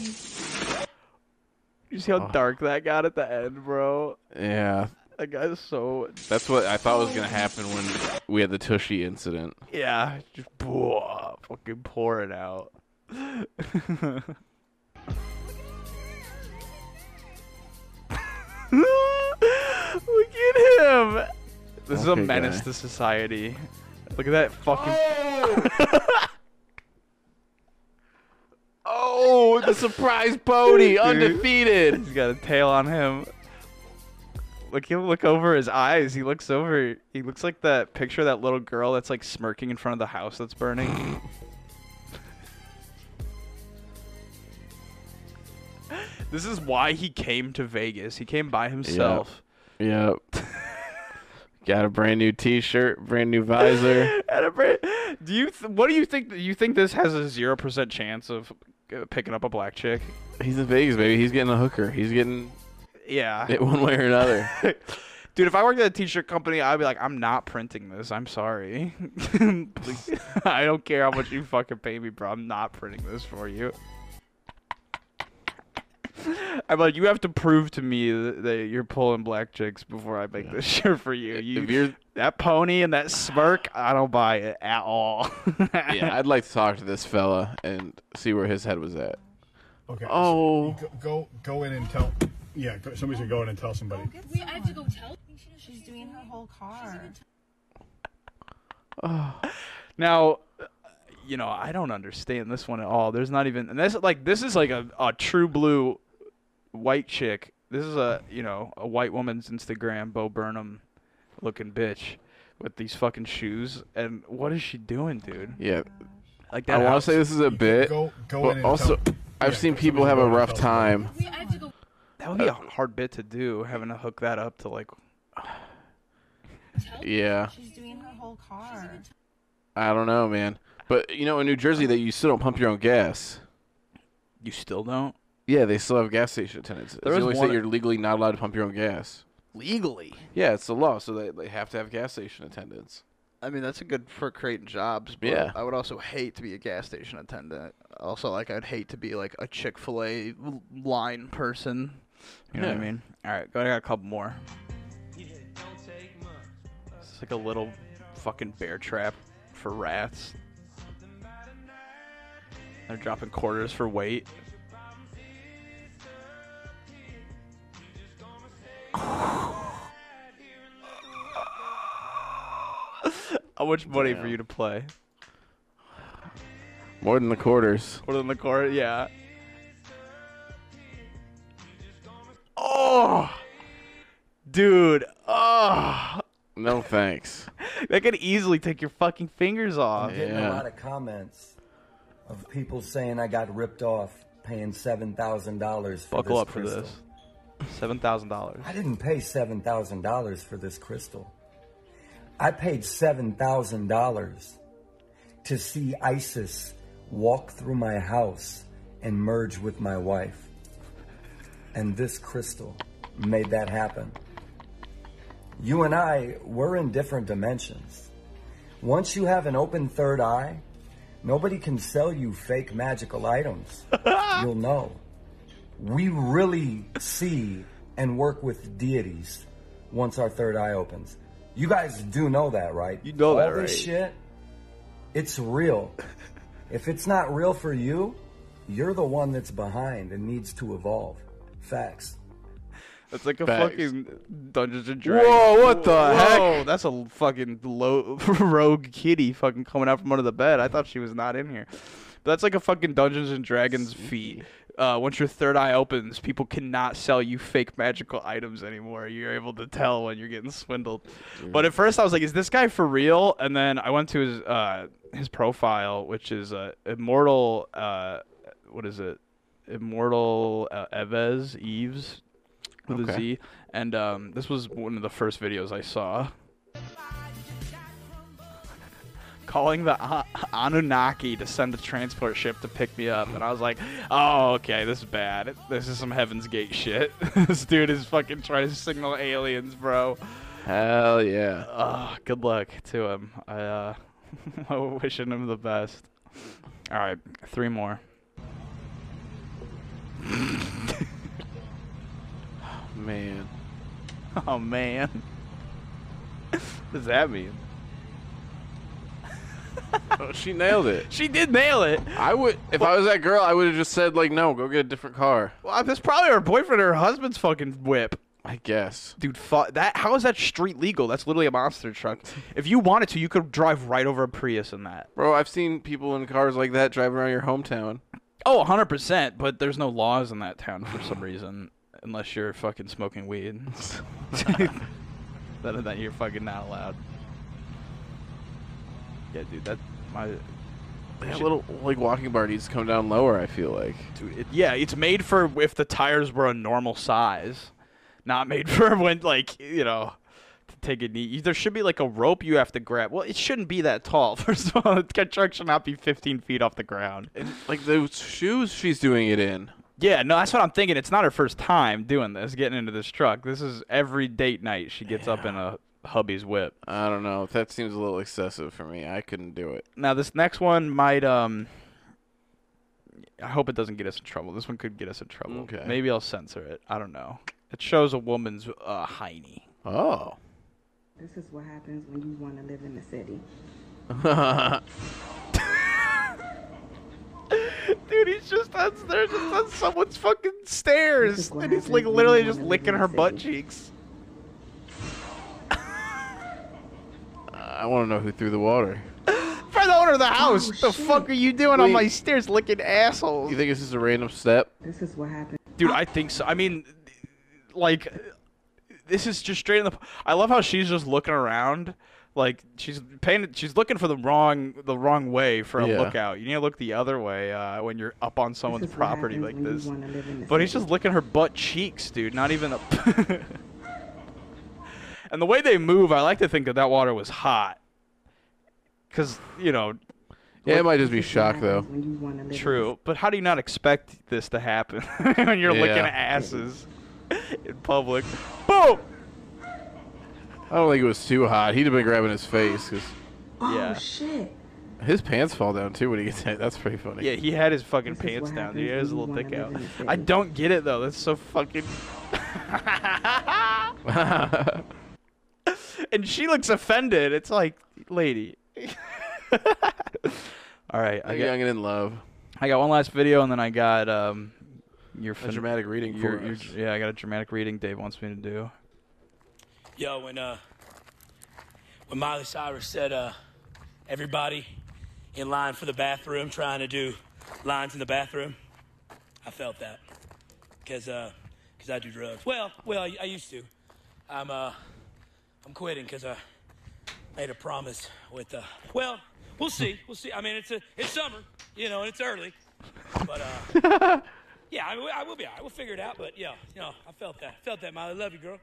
S2: You see
S1: Oh.
S2: how dark that got at the end, bro?
S1: Yeah,
S2: That guy's so
S1: that's what I thought was gonna happen when we had the Tushy incident.
S2: yeah, just blah, fucking pour it out. [LAUGHS] Look at him. This is a
S1: Okay,
S2: menace
S1: guy.
S2: to
S1: Oh! [LAUGHS]
S2: society. Look at that fucking.
S1: A Oh, surprise Bodie,
S2: [LAUGHS] Dude.
S1: undefeated.
S2: He's got a tail on him. Look, he'll look over his eyes. He looks over. He looks like that picture of that little girl that's like smirking in front of the house
S1: [LAUGHS]
S2: that's burning. this is why he came to Vegas. He came by himself.
S1: Yep. [LAUGHS] Got a brand new T-shirt, brand new visor.
S2: At a bra- do you? Th- what do you think? You think this has a zero percent chance of uh, picking up a black chick?
S1: He's in Vegas, baby. He's getting a hooker. He's getting
S2: Yeah.
S1: it one way or
S2: [LAUGHS]
S1: another.
S2: Dude, if I worked at a t-shirt company, I'd be like, I'm not printing this. I'm sorry. [LAUGHS] Like, [LAUGHS] I don't care how much you fucking pay me, bro. I'm not printing this for you. I'm like, you have to prove to me that, that you're pulling black chicks before I make this shirt for you. you
S1: If you're-
S2: that pony and that smirk, I don't buy it at all. [LAUGHS]
S1: yeah, I'd like to talk to this fella and see where his head was at.
S7: Okay.
S1: Oh.
S7: Go, go go in and tell. Yeah, go, somebody's gonna go in and tell somebody.
S10: Wait, I have to go tell. She's doing her whole car.
S2: Now, uh, you know, I don't understand this one at all. There's not even, and this like this is like a, a true blue white chick. This is a you know a white woman's Instagram Bo Burnham looking bitch with these fucking shoes. And what is she doing, dude?
S1: Yeah.
S2: Like that
S1: I want
S2: house-
S1: to say this is a bit,
S2: go- go in
S1: but
S2: and
S1: also
S2: tell-
S1: I've
S2: yeah,
S1: seen
S2: go-
S1: people have
S2: somebody go
S1: a
S2: in and
S1: rough
S2: tell somebody.
S1: time.
S10: Wait, I have to go
S2: That would be a hard bit to do, having to hook that up to like.
S10: tell.
S1: Yeah.
S10: She's doing her whole car.
S1: I don't know, man. But you know, in New Jersey, that you still don't pump your own gas.
S2: You still don't?
S1: Yeah, they still have gas station attendants. It's
S2: There
S1: the
S2: was
S1: only
S2: one-
S1: state you're legally not allowed to pump your own gas.
S2: Legally.
S1: Yeah, it's the law, so they, they have to have gas station attendants.
S9: I mean, that's a good for creating jobs, but
S1: Yeah.
S9: I would also hate to be a gas station attendant. Also, like, I'd hate to be, like, a Chick fil A line person.
S2: You know what
S9: Yeah.
S2: I mean? All right, go. I got a couple more. It's like a little fucking bear trap for rats. They're dropping quarters for weight. How much money for
S1: Damn.
S2: you to play?
S1: More than the quarters.
S2: Quarter in the quarter, yeah. Oh, dude. Oh.
S1: No thanks.
S2: that could easily take your fucking fingers off.
S12: I'm getting a lot of comments of people saying I got ripped off paying seven thousand dollars for
S2: Buckle
S12: this
S2: up for
S12: crystal.
S2: this. Seven thousand dollars.
S12: I didn't pay seven thousand dollars for this crystal. I paid seven thousand dollars to see ISIS walk through my house and merge with my wife. And this crystal made that happen. You and I were in different dimensions. Once you have an open third eye, nobody can sell you fake magical items. You'll know. We really see and work with deities once our third eye opens. You guys do know that, right? You know All
S2: that,
S12: this
S2: right?
S12: shit, it's real. if it's not real for you, you're the one that's behind and needs to evolve. Facts.
S2: That's like a
S12: Facts.
S2: fucking Dungeons and Dragons.
S12: Whoa, what the
S2: Whoa,
S12: heck?
S2: [LAUGHS] That's a fucking low, [LAUGHS] rogue kitty fucking coming out from under the bed. I thought she was not in here. But that's like a fucking Dungeons and Dragons feat. Uh, once your third eye opens, people cannot sell you fake magical items anymore. You're able to tell when you're getting swindled. But at first, I was like, "Is this guy for real?" And then I went to his uh, his profile, which is uh, immortal. Uh, what is it? Immortal uh, Eves Eves with a
S1: Okay.
S2: Z. And um, this was one of the first videos I saw. Calling the A- Anunnaki to send a transport ship to pick me up, and I was like, "Oh, okay, this is bad. This is some Heaven's Gate shit. [LAUGHS] this dude is fucking trying to signal aliens, bro."
S1: Hell yeah.
S2: Uh, good luck to him. I uh, [LAUGHS] I'm wishing him the best. All right, three more. [LAUGHS]
S1: [LAUGHS] Man.
S2: Oh man. [LAUGHS] what does that mean?
S1: Oh, she nailed it. [LAUGHS]
S2: She did nail it.
S1: I would, if I was that girl, I would have just said like, no, go get a different car.
S2: Well, that's probably her boyfriend or her husband's fucking whip.
S1: I guess.
S2: Dude, fu- that how is that street legal? That's literally a monster truck. If you wanted to, you could drive right over a Prius in that.
S1: Bro, I've seen people in cars like that driving around your hometown.
S2: Oh, 100%, but there's no laws in that town for some reason, unless you're fucking smoking weed. [LAUGHS] then, then you're fucking not allowed. Yeah, dude, that my
S1: That little like walking bar needs to come down lower. I feel like.
S2: Dude, it, yeah, it's made for if the tires were a normal size, not made [LAUGHS] for when like you know to take a knee. There should be like a rope you have to grab. Well, it shouldn't be that tall. [LAUGHS] First of all, the truck should not be 15 feet off the ground.
S1: like those shoes she's doing it in.
S2: Yeah, no, that's what I'm thinking. It's not her first time doing this, getting into this truck. This is every date night she gets up in a hubby's whip.
S1: I don't know. That seems a little excessive for me. I couldn't do it.
S2: Now this next one might um I hope it doesn't get us in trouble. This one could get us in trouble.
S1: Okay.
S2: Maybe I'll censor it. I don't know. It shows a woman's uh hiney.
S1: Oh.
S11: This is what happens when you want to live in the city.
S2: [LAUGHS] Dude, he's just on, they're just on someone's fucking stairs, and he's like literally just licking her butt cheeks.
S1: I want to know who threw the water.
S2: For the owner of the house, the fuck are you doing on
S1: Wait.
S2: my stairs, licking assholes?
S1: You think this is a random step?
S11: This is what happens.
S2: Dude, I think so. I mean, like, this is just straight in the. I love how she's just looking around, like she's paying. She's looking for the wrong, the wrong way for a
S1: Yeah.
S2: lookout. You need to look the other way uh, when you're up on someone's
S11: is what
S2: property
S11: happens
S2: like
S11: when you
S2: this.
S11: wanna live in the
S2: But he's just licking her butt cheeks, dude. Not even a. [LAUGHS] and the way they move, I like to think that that water was hot, because you know.
S1: Yeah, it
S2: like-
S1: might just be shock though.
S2: True, but how do you not expect this to happen [LAUGHS] when you're licking
S1: Yeah.
S2: asses in public?
S11: Oh,
S2: Boom!
S1: I don't think it was too hot. He'd have been grabbing his face because
S11: Oh
S2: Yeah.
S11: shit!
S1: his pants fall down too when he gets hit. That's pretty funny.
S2: Yeah, he had his fucking
S11: This is
S2: pants
S11: what
S2: down, dude. He had
S11: happens
S2: his
S11: when
S2: little
S11: you
S2: dick
S11: wanna
S2: out.
S11: live in the
S2: I
S11: city.
S2: don't get it though. That's
S1: [LAUGHS]
S2: so fucking. [LAUGHS] and she looks offended. It's like, lady. [LAUGHS] All right, I
S1: They're
S2: got,
S1: young and in love.
S2: I got one last video, and then I got um, your fin-
S1: dramatic reading for
S2: your- your-
S1: us.
S2: yeah, I got a dramatic reading Dave wants me to do.
S14: Yo, when uh, when Miley Cyrus said, uh, everybody in line for the bathroom trying to do lines in the bathroom, I felt that because uh, cause I do drugs. Well, well, I, I used to. I'm uh, I'm quitting because I made a promise with uh, well, we'll see, we'll see. I mean, it's a it's summer, you know, and it's early, but uh, yeah, I, will- I will be all right. We'll figure it out. But yeah, you know, I felt that, felt that, Miley. Love you, girl.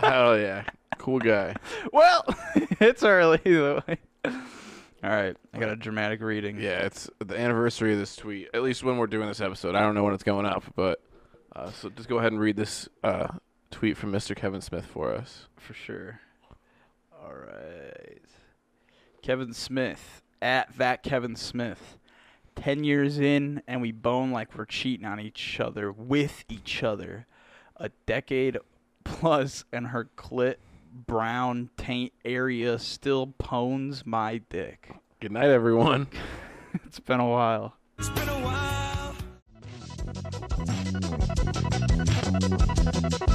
S1: Hell yeah, cool guy.
S2: Well, [LAUGHS] it's early. Though. [LAUGHS] All right, I got a dramatic reading.
S1: Yeah, it's the anniversary of this tweet. At least when we're doing this episode, I don't know when it's going up, but uh, so just go ahead and read this uh, tweet from Mr. Kevin Smith for us.
S2: For sure. All right. Kevin Smith at that Kevin Smith. Ten years in, and we bone like we're cheating on each other with each other. A decade plus, and her clit brown taint area still pones my dick.
S1: Good night, everyone.
S2: it's been a while.
S10: It's been a while.